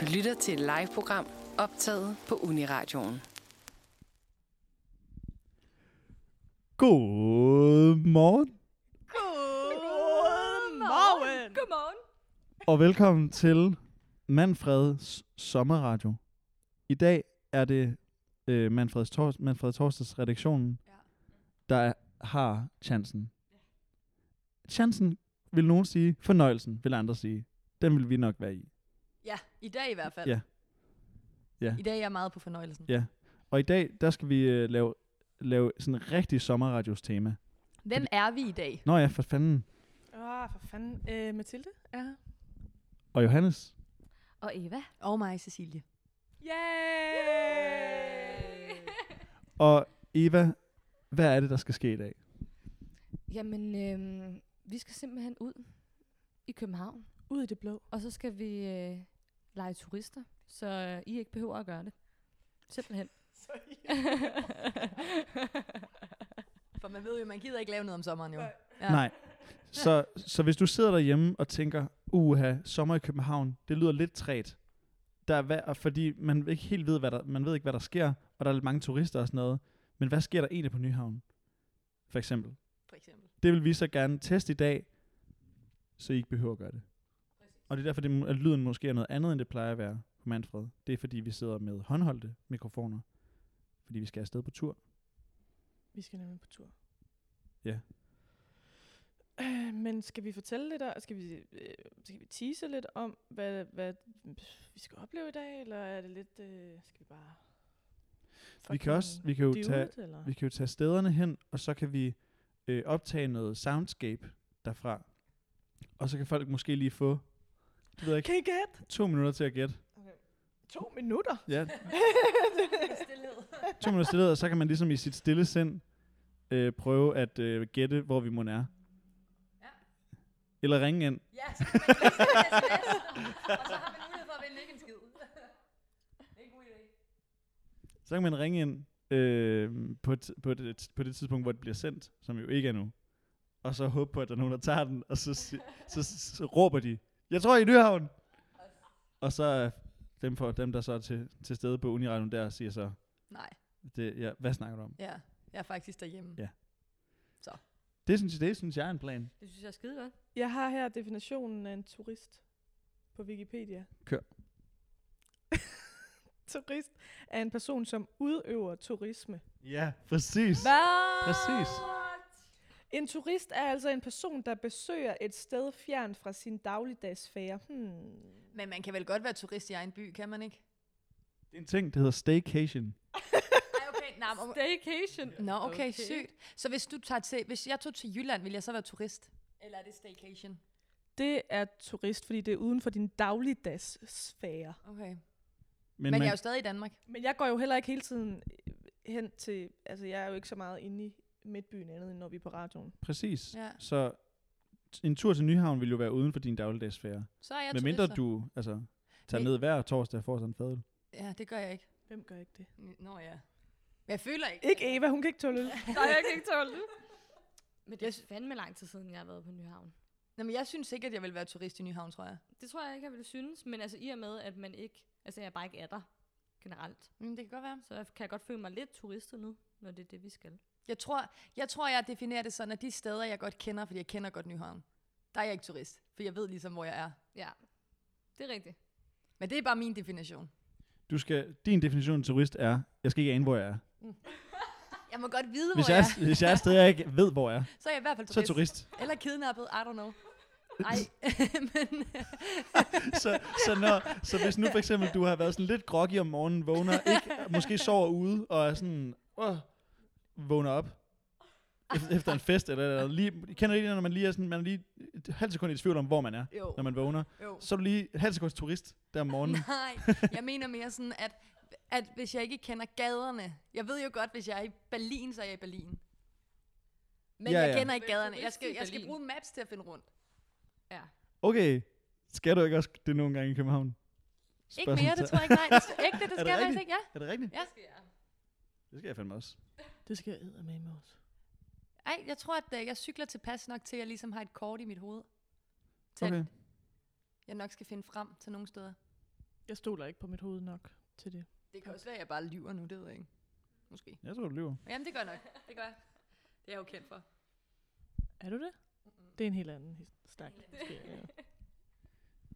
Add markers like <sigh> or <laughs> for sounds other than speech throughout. Du lytter til et live-program optaget på Uniradioen. Godmorgen Godmorgen. Godmorgen. og velkommen til Manfreds sommerradio. I dag er det øh, Manfreds Tors Manfred Torsdags redaktionen, Ja. der er, har chancen. Chancen vil nogen sige, fornøjelsen vil andre sige. Den vil vi nok være i. Ja, i dag i hvert fald. Ja. Ja. I dag er jeg meget på fornøjelsen. Ja. Og i dag, der skal vi øh, lave, lave sådan en rigtig sommerradios tema. Hvem er vi i dag? Nå ja, for fanden. Åh, for fanden. Øh, Mathilde er her. Og Johannes. Og Eva. Og mig, Cecilie. Yay! Og Eva, hvad er det, der skal ske i dag? Jamen, øhm, vi skal simpelthen ud i København, Ud i det blå. og så skal vi øh, lege turister, så øh, I ikke behøver at gøre det. Simpelthen. For man ved jo, man gider ikke lave noget om sommeren jo. Ja. Nej. Så, så hvis du sidder derhjemme og tænker, uha, sommer i København, det lyder lidt træt. Der er, hva- og fordi man ikke helt ved, hvad der, man ved ikke, hvad der sker, og der er lidt mange turister og sådan noget. Men hvad sker der egentlig på Nyhavn? For eksempel. For <laughs> eksempel. Det vil vi så gerne teste i dag, så I ikke behøver at gøre det. Og det er derfor, det, må- at lyden måske er noget andet, end det plejer at være på Manfred. Det er fordi, vi sidder med håndholdte mikrofoner, fordi vi skal afsted på tur. Vi skal nemlig på tur. Ja. Øh, men skal vi fortælle lidt, og skal vi, øh, skal vi tease lidt om, hvad, hvad vi skal opleve i dag, eller er det lidt, øh, skal vi bare... Vi kan, også, vi, kan jo tage, det, eller? Vi kan jo tage stederne hen, og så kan vi øh, optage noget soundscape derfra. Og så kan folk måske lige få, det ved jeg ikke, Kan I gætte? to minutter til at gætte. To minutter. Ja, to minutter stillet, og så kan man ligesom i sit stille sind øh, prøve at øh, gætte, hvor vi må er. Ja. Eller ringe ind. Ja, så kan man læse en SMS, og så har man mulighed for at vinde ikke en skid. Det er en god idé. Så kan man ringe ind øh, på, et, på, det, på det tidspunkt, hvor det bliver sendt, som jo ikke er nu. Og så håbe på, at der er nogen, der tager den, og så, si- så, så, så råber de, jeg tror, I er i Nyhavn! Og så er dem, for, dem der så er til, til stede på Uniradion der, siger så, Nej, det, ja, hvad snakker du om? ja. Jeg er faktisk derhjemme. Ja. Det synes, det synes jeg er en plan. Det synes jeg er skide godt. Jeg har her definitionen af en turist på Wikipedia. Kør. <laughs> turist er en person, som udøver turisme. Ja, præcis. Hvad? Præcis. En turist er altså en person, der besøger et sted fjernt fra sin dagligdagsfære. Hmm. Men man kan vel godt være turist i egen by, kan man ikke? Det er en ting, der hedder staycation. Nej, okay. Nej, men- Staycation. Nå, okay, okay, Okay. sygt. Så hvis du tager til, hvis jeg tog til Jylland, ville jeg så være turist? Eller er det staycation? Det er turist, fordi det er uden for din dagligdagssfære. Okay. Men, Men, men jeg er man, jo stadig i Danmark. Men jeg går jo heller ikke hele tiden øh, hen til... Altså, jeg er jo ikke så meget inde i midtbyen andet, end når vi er på radioen. præcis. Ja. Så t- en tur til Nyhavn vil jo være uden for din dagligdagsfære. Så er jeg Men turist. mindre så. du altså, tager Men- ned hver torsdag og får sådan en fadøl. Ja, det gør jeg ikke. Hvem gør ikke det? Nå ja. Men jeg føler ikke. Ikke Eva, hun kan ikke tåle <laughs> øl. Nej, jeg kan ikke tåle det. Men det Jeg er fandme lang tid siden, jeg har været på Nyhavn. Nå, men jeg synes ikke, at jeg vil være turist i Nyhavn, tror jeg. Det tror jeg ikke, jeg ville synes, men altså i og med, at man ikke, altså jeg bare ikke er der generelt, Men Mm, det kan godt være. så jeg kan jeg godt føle mig lidt turistet nu, når det er det, vi skal. Jeg tror, jeg, tror, jeg definerer det sådan, at de steder, jeg godt kender, fordi jeg kender godt Nyhavn, der er jeg ikke turist, for jeg ved ligesom, hvor jeg er. Ja, det er rigtigt. Men det er bare min definition. Du skal, din definition af turist er, jeg skal ikke ane, hvor jeg er. Jeg må godt vide, Hvis hvor jeg, jeg er, hvis jeg er et sted, jeg ikke ved, hvor jeg er, er. Så er jeg i hvert fald så er turist. jeg turist. Eller kidnappet, I don't know. Nej, <laughs> men Så, så, når, så hvis nu for eksempel, du har været sådan lidt groggy om morgenen, vågner, ikke, måske sover ude, og er sådan, åh, vågner op efter, efter en fest, eller, eller lige, kender I det, når man lige er sådan, man er lige et halvt sekund i tvivl om, hvor man er, jo, når man vågner, jo. så er du lige et halvt sekund turist der om morgenen. <laughs> Nej, jeg mener mere sådan, at, at hvis jeg ikke kender gaderne, jeg ved jo godt, hvis jeg er i Berlin, så er jeg i Berlin. Men Ja, ja, ja. jeg kender ikke Men gaderne. Jeg turist skal, i jeg skal Berlin. bruge maps til at finde rundt. Ja. Okay, skal du ikke også det nogle gange i København? Ikke mere, det tror jeg ikke. Nej, det, ægte, det det skal jeg faktisk rigtigt? ikke. Ja. Er det rigtigt? Ja. Det skal jeg. Det skal jeg fandme også. Det skal jeg med mig også. Ej, jeg tror, at øh, jeg cykler tilpas nok til, at jeg ligesom har et kort i mit hoved. Til okay. Okay. at jeg nok skal finde frem til nogle steder. Jeg stoler ikke på mit hoved nok til det. Det kan også være, at jeg bare lyver nu, det ved jeg ikke. Måske. Jeg tror, du lyver. Jamen, det gør nok. Det gør jeg. Det er jeg jo kendt for. Er du det? Det er en helt anden his- snak. måske, ja.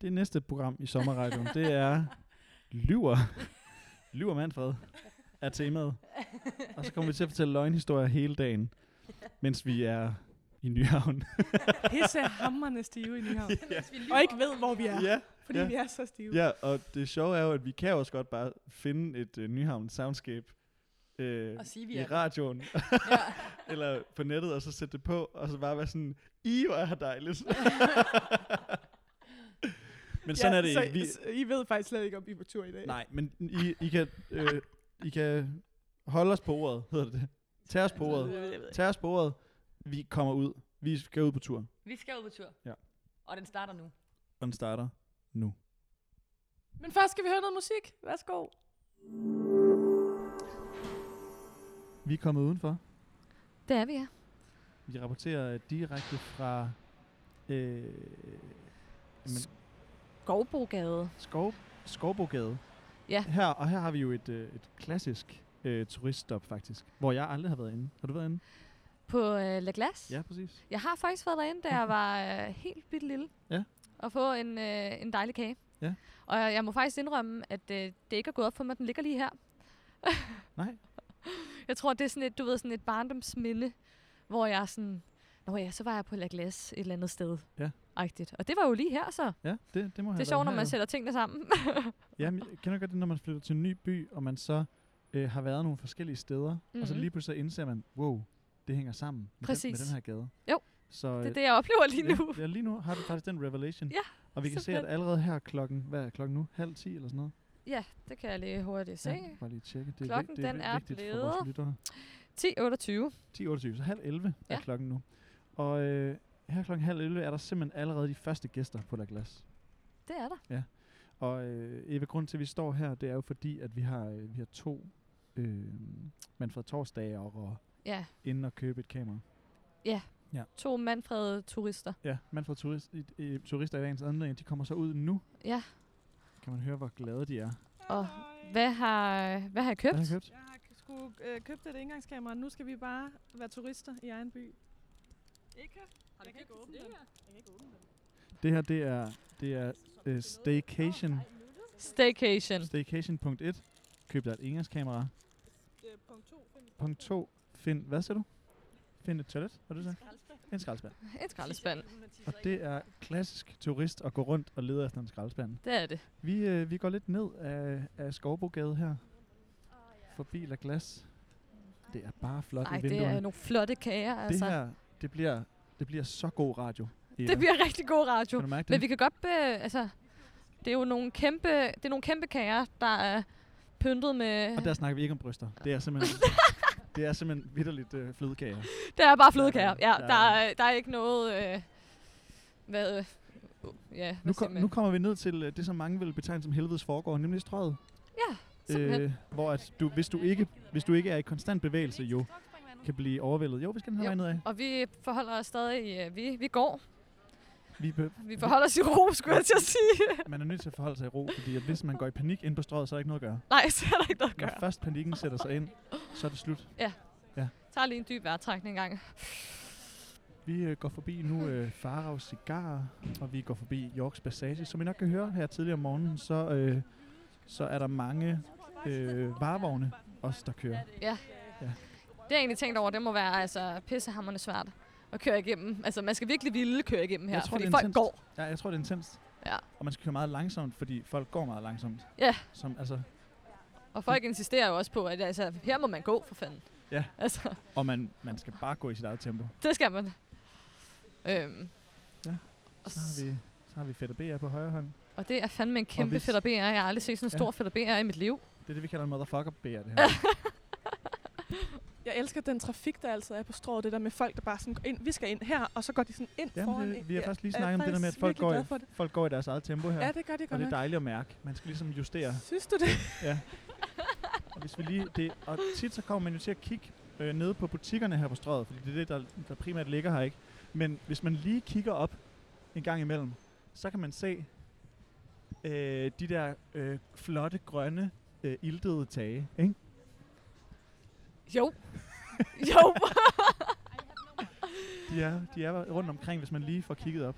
Det næste program i sommerradioen, det er Lyver. Lyver Manfred er temaet. Og så kommer vi til at fortælle løgnhistorier hele dagen, mens vi er i Nyhavn. <laughs> Pisse hammerne stive i Nyhavn. ja. Og ikke ved, hvor vi er. ja, Fordi ja. vi er så stive. ja, og det sjove er jo, at vi kan jo også godt bare finde et øh, Nyhavn soundscape øh, Og sige, vi i er. radioen Ja. eller på nettet, og så sætte det på, og så bare være sådan, I hvor er her <laughs> dejligt. Men sådan Ja, er det så, ikke. Vi, så I ved faktisk slet ikke, om vi er på tur i dag. Nej, men I, I, kan, øh, I kan holde os på ordet, hedder det det. Tag os på ordet. Jeg ved ikke. Tag os på ordet. Vi kommer ud. Vi skal ud på tur. Vi skal ud på tur. Ja. Og den starter nu. Og den starter nu. Men først skal vi høre noget musik. Værsgo. Vi er kommet udenfor. Det er vi, ja. Vi rapporterer direkte fra øh, jamen, Skovbrogade. skov, Skovbogade. Ja. Her, og her har vi jo et, øh, et klassisk øh, turiststop faktisk, hvor jeg aldrig har været inde. Har du været inde? På øh, La Glace. Ja, præcis. Jeg har faktisk været derinde, da jeg var øh, helt bitte lille. Mhm. Ja. Og få en, øh, en dejlig kage. Ja. Og jeg, jeg må faktisk indrømme, at øh, det ikke er gået op for mig, at den ligger lige her. <laughs> Nej. Jeg tror, det er sådan et, du ved, sådan et barndomsminde, hvor jeg er sådan... Nå ja, så var jeg på La Glace et eller andet sted. Ja. Agtigt. Og det var jo lige her så. Ja, det, det må Det er sjovt, når man sætter tingene sammen. Jamen, jeg kender godt det, når man flytter til en ny by, og man så øh, har været nogle forskellige steder, mm-hmm. og så Mhm. lige pludselig indser man, wow, det hænger sammen med, den, med Præcis. den her gade. Jo, så, <laughs> det er øh, det, jeg oplever lige nu. <laughs> Ja, ja, lige nu har du faktisk den revelation. Ja, og vi kan så se, at fedt. allerede her klokken, hvad er klokken nu? Halv ti eller sådan noget? Ja, det kan jeg lige hurtigt se. Ja, bare lige tjekke. Det er, Klokken, vigt, det er den vi- er vigtigt for vores blevet- lyttere. 10.28. 10.28, så halv 11 ja. er Ja. klokken nu. Og øh, her klokken halv 11 er der simpelthen allerede de første gæster på La Glace. Det er der. Og øh, Eva, grunden til, at vi står her, det er jo fordi, at vi har, øh, vi har to øh, Manfred Torsdager og Ja, inden at købe et kamera. to Manfred-turister. Ja, Manfred turist, i, i, Turister i dagens anledning, de kommer så ud nu. Ja, Kan man høre, hvor glade de er. og hvad har, hvad har jeg købt? Hvad har I købt? Jeg har k- skulle øh, købt et engangskamera. Nu skal vi bare være turister i egen by. Ikke? Har du jeg kan ikke åbne den. Jeg kan ikke åbne den. Det her, det er, det er øh, staycation. Staycation. Staycation punkt 1. Køb dig et engangskamera. Det er punkt 2. Punkt 2. Find, hvad siger du? Find et toilet, var det det? En skraldespand. Et <laughs> skraldespand. Og det er klassisk turist at gå rundt og lede efter en skraldespand. Det er det. Vi, øh, vi går lidt ned af, af Skovbogade her. Forbi La Glas. Det er bare flot Nej, i det er vinduerne. nogle flotte kager, det altså. her, det bliver, det bliver så god radio. Eva. Det bliver rigtig god radio. kan du mærke Men det? vi kan godt, be, altså, det er jo nogle kæmpe, det er nogle kæmpe kager, der er pyntet med, Og der snakker vi ikke om bryster. Det er simpelthen, det er simpelthen vidderligt øh, flødekager. <laughs> der er bare flødekager. der- Ja, der der er- er, der er ikke noget, øh, hvad, øh, ja, Nu, hvad kom, siger nu man? kommer vi ned til øh, det, som mange vil betegne som helvedes foregår, nemlig strøget. Øh, Ja, simpelthen. hvor at du, hvis, du ikke, hvis du ikke er i konstant bevægelse, jo, kan blive overvældet. Jo, vi skal den her Jo. vej nedad. Og vi forholder os stadig, øh, vi, vi går. Vi be- Vi forholder os i ro, skulle jeg til at sige. <laughs> man er nødt til at forholde sig i ro, fordi at hvis man går i panik ind på strøget, så er der ikke noget at gøre. Nej, så er der ikke noget at Når gøre. først panikken sætter sig ind, så er det slut. Jeg tager lige en dyb vejrtrækning engang. Vi øh, går forbi nu øh, Farag Cigar, og vi går forbi Yorks Passage. Som I nok kan høre her tidligere om morgenen, så, øh, så er der mange øh, varevogne også, der kører. Det har jeg egentlig tænkt over, det må være altså, pissehammerende svært at køre igennem. Altså, man skal virkelig ville køre igennem her, Jeg tror, fordi det er folk intenst. går. Ja, jeg tror, det er intenst. Ja. Og man skal køre meget langsomt, fordi folk går meget langsomt. Ja. Som, altså, Og folk insisterer jo også på, at altså, her må man gå, for fanden. Ja. Altså, og man, man skal bare gå i sit eget tempo. det skal man. Øhm. Ja, Og, Så har s- vi, så har vi Fætter BR på højre hånd. og det er fandme en kæmpe hvis- fedt BR. Jeg har aldrig set sådan en Ja. stor fedt BR i mit liv. Det er det, vi kalder en motherfucker BR, det <laughs> her. Jeg elsker den trafik, der altså er på strået. Det der med folk, der bare sådan går ind. Vi skal ind her, og så går de sådan ind foran. Jamen, det, ind. vi har Ja, faktisk lige jeg er snakket om det der med, at faktisk folk virkelig går, glad i, for det. folk går i deres eget tempo her. Ja, det gør de og godt det er nok. dejligt at mærke. Man skal ligesom justere. Synes du det? Og hvis vi lige det, og tit så kommer man jo til at kigge øh, nede på butikkerne her på strøget, fordi det er det, der, der primært ligger her, ikke? Men hvis man lige kigger op en gang imellem, så kan man se, øh, de der øh, flotte, grønne, øh, iltede tage, ikke? Jo. <laughs> jo. De er, de er rundt omkring, hvis man lige får kigget op.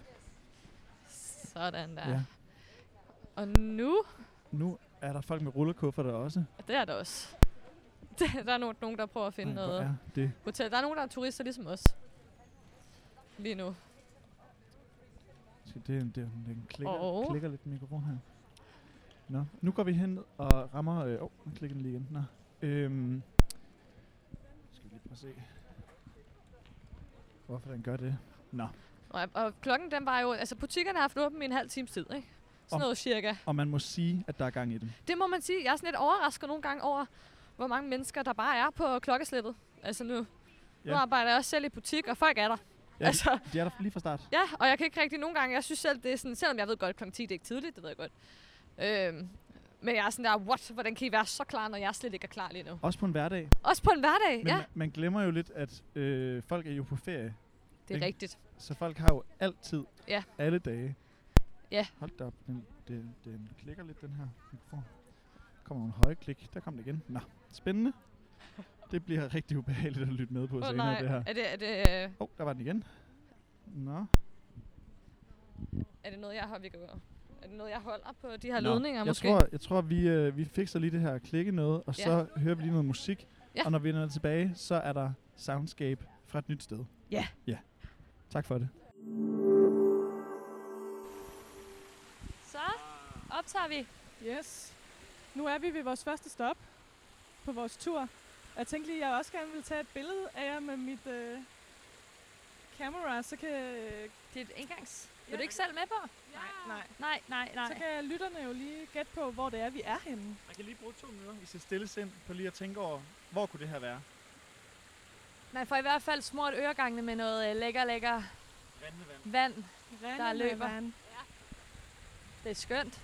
Sådan der. Ja. Og nu, Nu er der folk med rullekufferter også. og det er der også. <laughs> Der der er no- nogen, der prøver at finde Ej, hvor noget er det hotel. Der er nogen, der er turister ligesom os. Lige nu. Se, det, er- det, er- den klikker, Og- oh. klikker lidt den mikrofon her. Nå, nu går vi hen og rammer... Åh, øh, oh, nu klikker den lige igen. Nå. Øhm, skal vi lige prøve at se, hvorfor den gør det. Nå, Og, og klokken, den var jo... Altså, butikkerne har haft åbent i en halv times tid, ikke? Om- Sådan noget cirka. og man må sige, at der er gang i den. Det må man sige. Jeg er sådan lidt overrasket nogle gange over, hvor mange mennesker, der bare er på klokkeslættet. Altså nu, ja. nu Ja. arbejder jeg også selv i butik, og folk er der. Ja. Ja. Altså, De er der lige fra start. ja, og jeg kan ikke rigtig nogle gange, jeg synes selv, det er sådan, selvom jeg ved godt, kl. 10 det er ikke tidligt, det ved jeg godt. Øhm, men jeg er sådan der, what, hvordan kan I være så klar, når jeg slet ikke er klar lige nu? Også på en hverdag. Også på en hverdag, Men ja. man, man glemmer jo lidt, at øh, folk er jo på ferie. Det er ikke? rigtigt. Så folk har jo altid, Ja. alle dage. Ja. Hold da op, den, den, den klikker lidt, den her mikrofon. Der kommer nogle høje klik. Der kom det igen. Nå, spændende. Det bliver rigtig ubehageligt at lytte med på oh, Åh senere, nej, det her. er det, er, det, øh, Åh, oh, der var den igen. Nå. er det noget, jeg har, vi kan gøre? Er det noget, jeg holder på de her Nå, ledninger jeg måske? Tror, jeg tror, vi, øh, vi fikser lige det her klikke noget, og Ja. så hører vi lige noget musik. Ja. Og når vi er tilbage, så er der Soundscape fra et nyt sted. Ja. Ja. Tak for det. Så optager vi. Yes. Nu er vi ved vores første stop på vores tur. Og jeg tænkte lige, at jeg også gerne ville tage et billede af jer med mit øh, camera, så kan, Det er et engangs. Ja. Ja. Vil du ikke selv med på? nej, nej. Nej, nej, nej. så kan lytterne jo lige gætte på, hvor det er, vi er henne. Man kan lige bruge to minutter i sit stille sind på lige at tænke over, hvor kunne det her være? Man får i hvert fald smurt øregangene med noget øh, lækker, lækker Vandevand. vand. Rene Der løber. Navan. Det er skønt.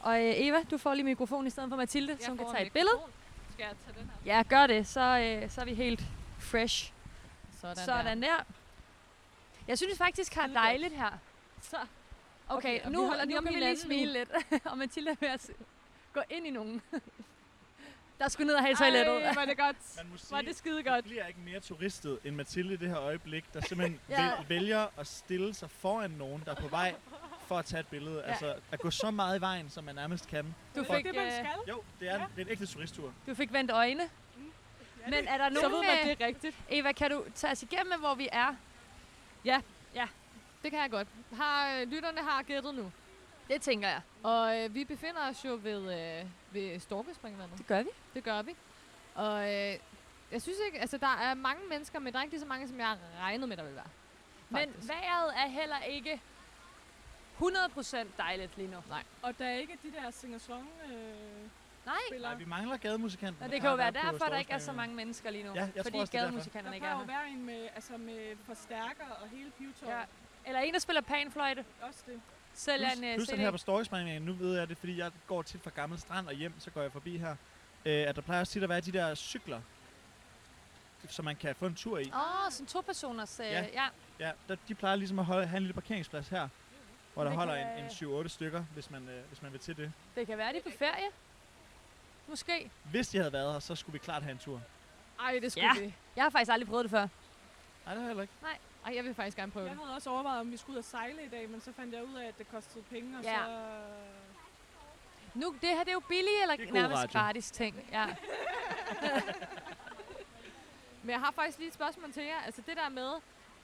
Og øh, Eva, du får lige mikrofon i stedet for Mathilde, Jeg som kan får tage en et billede. mikrofon. Skal jeg tage den her? Ja, gør det. Så, øh, så er vi helt fresh. Sådan, Sådan der. Jeg synes faktisk, har Hold da op. dejligt her. Så. Okay, Okay, okay og nu, vi holder lige nu om kan vi lige hinanden nu. smile lidt. <laughs> og Mathilde er ved at s- gå ind i nogen. <laughs> der skulle ned og have i toilettet. Ej, var det godt. Man må sige, Var det skide godt. Det bliver ikke mere turistet end Mathilde i det her øjeblik, der simpelthen <laughs> Ja. ja. vælger at stille sig foran nogen, der er på vej for at tage et billede. Ja. Altså at gå så meget i vejen, som man nærmest kan. Du Det er fik, det, man øh, skal. Jo, det er, ja. det er en ægte turisttur. du fik vendt øjne. Ja, Men er der Så ved nogen, man, øh, det er rigtigt. Eva, kan du tage os igennem, med, hvor vi er? Det kan jeg godt. Har, øh, lytterne har gættet nu. Det tænker jeg. Og øh, vi befinder os jo ved, øh, ved Storkespringvandet. gør vi. Det gør vi. Og øh, jeg synes ikke, altså der er mange mennesker, men der er ikke lige så mange, som jeg regnede med, der ville være. Men Faktisk. vejret er heller ikke 100% dejligt lige nu. Nej. Og der er ikke de der singer-song øh, Nej. Nej, spillere. vi mangler gademusikanten. Og det kan jo være der er på derfor, der ikke er så Storstrømmen. mange mennesker lige nu. Ja, jeg fordi tror også, det er Der gademusikanterne ikke kan er her. jo være en med, altså med forstærker og hele pivetøjet. Ja. Eller en, der spiller panfløjte. Også det. Sælger en Plus, uh, plus den her på CD. Storkespringvandet, nu ved jeg det, fordi jeg går tit fra Gammel Strand og hjem, så går jeg forbi her, øh, at der plejer også tit at være de der cykler, som man kan få en tur i. Åh, oh, sådan to personers. Uh, Ja. ja. ja. Ja, der, de plejer ligesom at holde, have en lille parkeringsplads her, hvor der Det holder kan- en, en 7-8 stykker, hvis man, øh, hvis man vil til det. Det kan være, de er på ferie. Måske. Hvis de havde været her, så skulle vi klart have en tur. Ej, det skulle Ja. ja. vi. Jeg har faktisk aldrig prøvet det før. Nej, det har jeg heller ikke. Ej, jeg vil faktisk gerne prøve Jeg det. havde også overvejet, om vi skulle ud og sejle i dag, men så fandt jeg ud af, at det kostede penge, og Ja. så... Nu, det her det er jo billigt eller Det er god nærmest radio. gratis ting. <laughs> Ja. Men jeg har faktisk lige et spørgsmål til jer. Altså det der med,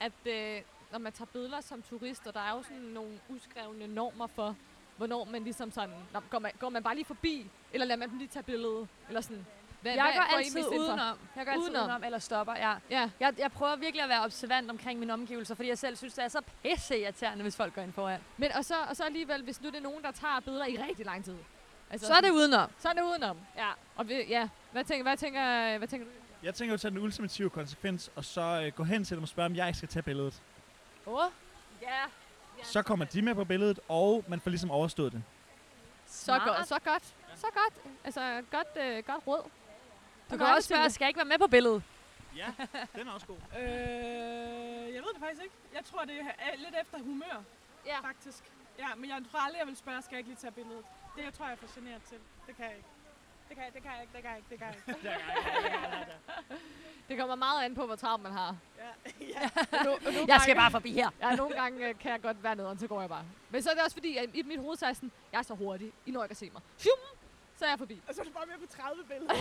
at øh, når man tager billeder som turist, og der er jo sådan nogle uskrevne normer for, hvornår man ligesom sådan, nå, går, man, går man bare lige forbi, eller lader man dem lige tage billedet, eller sådan. Hvad, Jeg går går I altid mest ind for? udenom. Jeg går altid Udenom. udenom eller stopper. Ja. Ja, Jeg, jeg prøver virkelig at være observant omkring mine omgivelser, fordi jeg selv synes, det er så pisse irriterende, hvis folk går ind foran. men og så, og så alligevel, hvis nu det er nogen, der tager billeder i rigtig lang tid. Altså, Så er det udenom. så er det udenom. Ja. Og vi, ja, hvad tænker, hvad tænker, hvad tænker du? Jeg tænker jo at tage den ultimative konsekvens, og så øh, gå hen til dem og spørge, om jeg ikke skal tage billedet. Åh. Oh. Ja. Så kommer de med på billedet, og man får ligesom overstået det. Så godt, så godt, så godt. Altså, godt, øh, godt råd. Du kan Mange også spørge, stille. skal jeg ikke være med på billedet? Ja, den er også god. Øh, jeg ved det faktisk ikke. Jeg tror, det er lidt efter humør, Ja. faktisk. Ja, men jeg tror aldrig, jeg vil spørge, skal jeg ikke lige tage billedet? Det jeg tror jeg, jeg er for generet til. Det kan jeg ikke. Det kan jeg, det kan jeg ikke, det kan jeg ikke, det kan jeg <laughs> ikke. Det kommer meget an på, hvor travlt man har. Ja, ja. Jeg skal bare forbi her. Ja, nogle gange øh, kan jeg godt være nederen, så går jeg bare. Men så er det også fordi, at i mit hoved så er jeg sådan, jeg er så hurtig, I når ikke at se mig. Shum! Så er jeg forbi. Og så er du bare med på 30 billeder.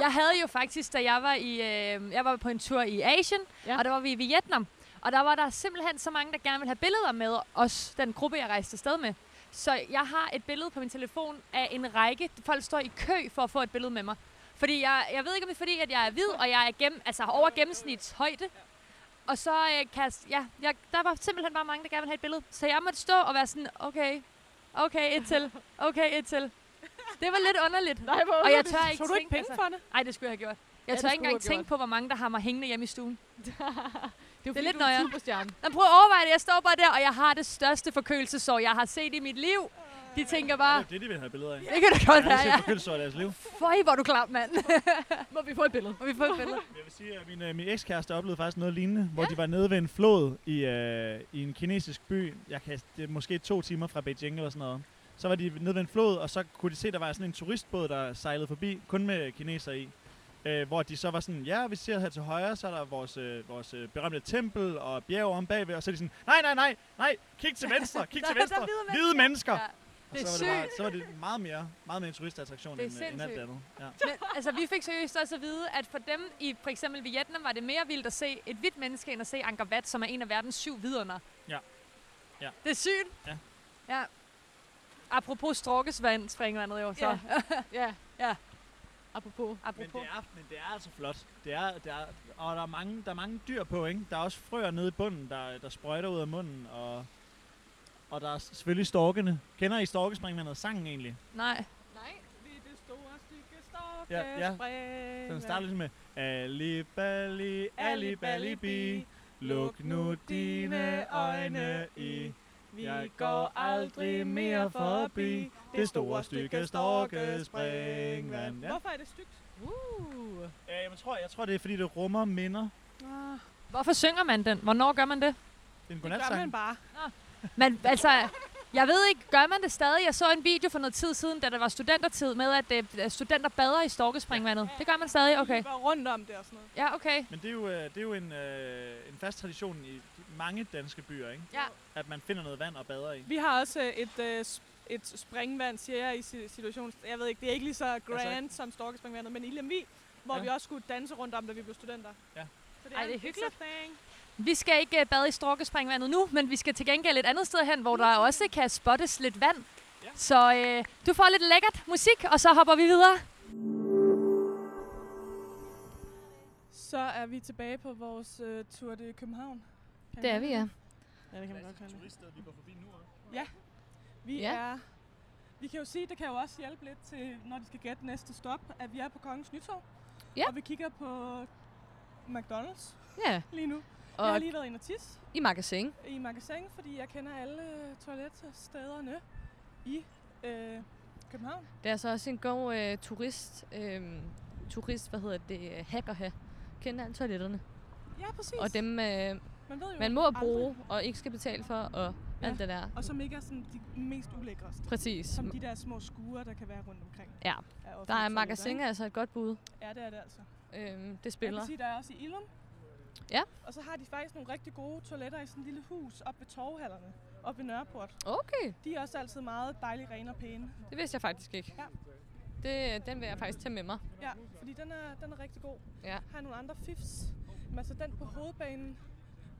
Jeg havde jo faktisk, da jeg var, i, øh, jeg var på en tur i Asien, Ja. ja. og der var vi i Vietnam. Og der var der simpelthen så mange, der gerne ville have billeder med os, den gruppe, jeg rejste afsted med. Så jeg har et billede på min telefon af en række. Folk står i kø for at få et billede med mig. Fordi jeg, jeg ved ikke, om det er fordi, at jeg er hvid, og jeg er gennem, altså over gennemsnits højde. Og så øh, kan jeg, s- ja, jeg, der var simpelthen bare mange, der gerne ville have et billede. Så jeg måtte stå og være sådan, okay, okay, et til, okay, et til. Det var lidt underligt. <laughs> Nej, hvor Og jeg tør ikke Tog du ikke tænke, penge altså. for det? Ej, det skulle jeg have gjort. Jeg ja, Ja, det tør skulle ikke engang du have tænke på, hvor mange der har mig hængende hjemme i stuen. <laughs> det er, jo, Det er fordi, lidt du er en nøjere. superstjerne. Men prøv at overveje det. Jeg står bare der, og jeg har det største forkølelsesår, jeg har set i mit liv. De tænker bare, Det er det, de vil have billeder af. det kan da godt Ja, være, det Ah. ja. er selvfølgelig deres liv. Føj, hvor er du klar, mand. Må vi få et billede? Og vi får et billede. Jeg vil sige, at min, øh, min ekskæreste oplevede faktisk noget lignende, hvor de var nede ved en flod i, øh, i en kinesisk by. Jeg kan, det er måske to timer fra Beijing eller sådan noget. Så var de nede ved en flod, og så kunne de se, at der var sådan en turistbåd, der sejlede forbi, kun med kinesere i. Øh, hvor de så var sådan, ja, vi ser her til højre, så er der vores, øh, vores øh, berømte tempel og bjerg om bagved. Og så er de sådan, nej, nej, nej, nej, kig til venstre, <laughs> kig til Der- der er venstre, hvide mennesker." hvide mennesker. Ja. Og Det er så var, det bare, så var det meget mere, meget mere en turistattraktion Det er end, øh, end alt det andet. Ja. Men, altså, vi fik seriøst også at vide, at for dem i for eksempel Vietnam var det mere vildt at se et hvidt menneske, end at se Angkor Wat, som er en af verdens syv vidunder. Ja. Ja. Det er sygt. Ja. ja. Apropos strokkesvand springer ned jo, så. Ja. Ja. Ja. <laughs> Ja. Apropos. Men Apropos. det, er, men det er altså flot. Det er, det er, og der er, mange, der er mange dyr på, ikke? Der er også frøer nede i bunden, der, der sprøjter ud af munden, og, og der er selvfølgelig storkene. Kender I storkespringvandet sangen egentlig? Nej. Nej. Vi er det store stykke storke Ja, ja. spring. Den starter ligesom med Ali Bali, Ali Bali Bi, luk nu dine øjne i. Jeg går aldrig mere forbi det store stykke storkespringvand. Ja. Hvorfor er det stygt? Uh. Øh, Jeg tror, jeg tror, det er fordi, det rummer minder. Ah, Hvorfor synger man den? Hvornår gør man det? Det er en det gør man godnatsang. bare. Men altså, jeg ved ikke, gør man det stadig? Jeg så en video for noget tid siden, da der var studentertid, med at øh, studenter bader i storkespringvandet. Det gør man stadig? Okay. Vi var rundt om det og sådan noget. Ja, okay. Men det er jo, øh, det er jo en, øh, en fast tradition i mange danske byer, ikke? Ja. At man finder noget vand og bader i. Vi har også øh, et, øh, sp- et springvand, siger jeg i si- situationen. Jeg ved ikke, det er ikke lige så grand altså, som storkespringvandet, men i Lemvi, hvor Ja. ja. vi også skulle danse rundt om, da vi blev studenter. Ja. Så det Ej, en det er hyggeligt. it's a thing. Vi skal ikke øh, bade i storkespringvandet nu, men vi skal til gengæld et andet sted hen, hvor der også kan spottes lidt vand. Ja. Så øh, du får lidt lækkert musik, og så hopper vi videre. Så er vi tilbage på vores øh, tur til København. Kan Det man er vi, kalde ja. det? Ja, det kan man godt kalde det. turiststed, vi går forbi nu. Vi Ja. ja. er... Vi kan jo sige, det kan jo også hjælpe lidt til, når de skal gætte næste stop, at vi er på Kongens Nytorv. Ja. Og vi kigger på McDonald's Ja. lige nu. Og jeg har Og lige været inde og tisse i magasin. i magasin, fordi jeg kender alle øh, toiletstederne i øh, København. Det er altså også en god øh, turist, øh, turist, hvad hedder det, øh, hack at have. Kende alle toiletterne. Ja, præcis. Og dem, øh, man, ved jo man må aldrig. bruge og ikke skal betale for, og ja. Ja. alt det der. Og som ikke er sådan de mest ulækreste. Præcis. Som de der små skure, der kan være rundt omkring. Ja. af offentlige Der er toiletter, magasin er altså et godt bud. ikke? Ja, det er det altså. Øhm, det Jeg spiller. kan sige, der er også i Ilum. Ja. Og så har de faktisk nogle rigtig gode toiletter i sådan et lille hus op ved torvhallerne, op ved Nørreport. Okay, De er også altid meget dejligt rene og pæne. det vidste jeg faktisk ikke. Ja. Det, den vil jeg faktisk tage med mig. Ja, fordi den er, den er rigtig god. Ja. Har nogle andre fifs. Men altså den på hovedbanen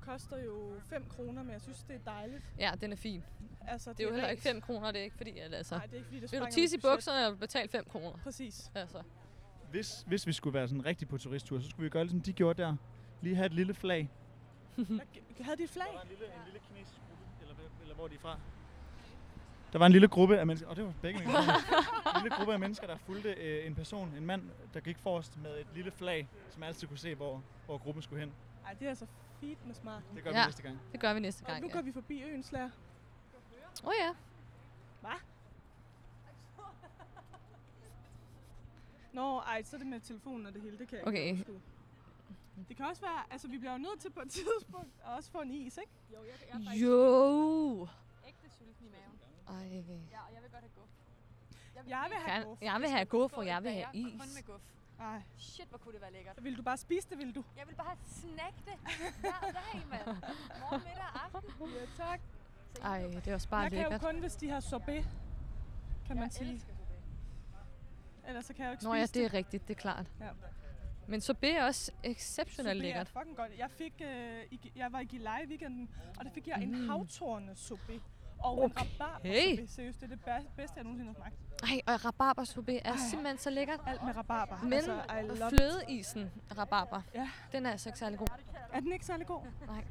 koster jo 5 kroner, men jeg synes, det er dejligt. Ja, den er fin. Altså, Det er jo heller rent. ikke 5 kroner, det er ikke fordi, at altså... Nej, det er ikke fordi, det Vil du sprænger tisse i mit budget. bukserne og betale 5 kroner? <laughs> Præcis. Altså. Hvis, hvis vi skulle være sådan rigtig på turisttur, så skulle vi gøre, ligesom de gjorde der. Lige have et lille flag. Jeg havde de et flag? en lille, en lille kinesisk gruppe, eller, eller hvor er de fra? Der var en lille gruppe af mennesker, og det var begge mine kroner. En lille gruppe af mennesker, der fulgte øh, en person, en mand, der gik forrest med et lille flag, som altid kunne se, hvor, hvor gruppen skulle hen. Ej, det er altså fint med smart. Det gør Ja. vi næste gang. Det gør vi næste Og gang. nu ja. går vi forbi øen Slager. Åh oh, ja. Nå, ej, så er det med telefonen og det hele, det kan jeg Okay. ikke overskue. Det kan også være, altså vi bliver jo nødt til på et tidspunkt at også få en is, ikke? Jo. Ej. Ja, og jeg vil godt have guf. Jeg vil have guf. Jeg vil have guf, og jeg vil have Kun med is. guf. Ej. Shit, hvor kunne det være lækkert. Vil du bare spise det, vil du? Jeg vil bare snakke det hver dag, mand. Morgen, middag og aften. Ja, tak. Så Ej, det er også bare jeg kan lækkert. jo kun, hvis de har sorbet, kan man jeg sige. elsker sorbet. Ellers så kan jeg jo ikke Nå spise ja, det er rigtigt, det er klart. Ja. Men sorbet er også exceptionelt Sorbet er lækkert. fucking godt. Jeg, fik, øh, i, Gi- jeg var i Gilleleje i weekenden, og der fik jeg Mm. en havtorne sorbet. Og okay. en rabarber sorbet. Seriøst, det er det ba- bedste, jeg nogensinde har smagt. Ej, og rabarbersorbet er simpelthen så lækkert. Alt med rabarber. Altså, Men I love it. flødeisen rabarber, Ja. den er altså ikke særlig god. Er den ikke særlig god? Nej,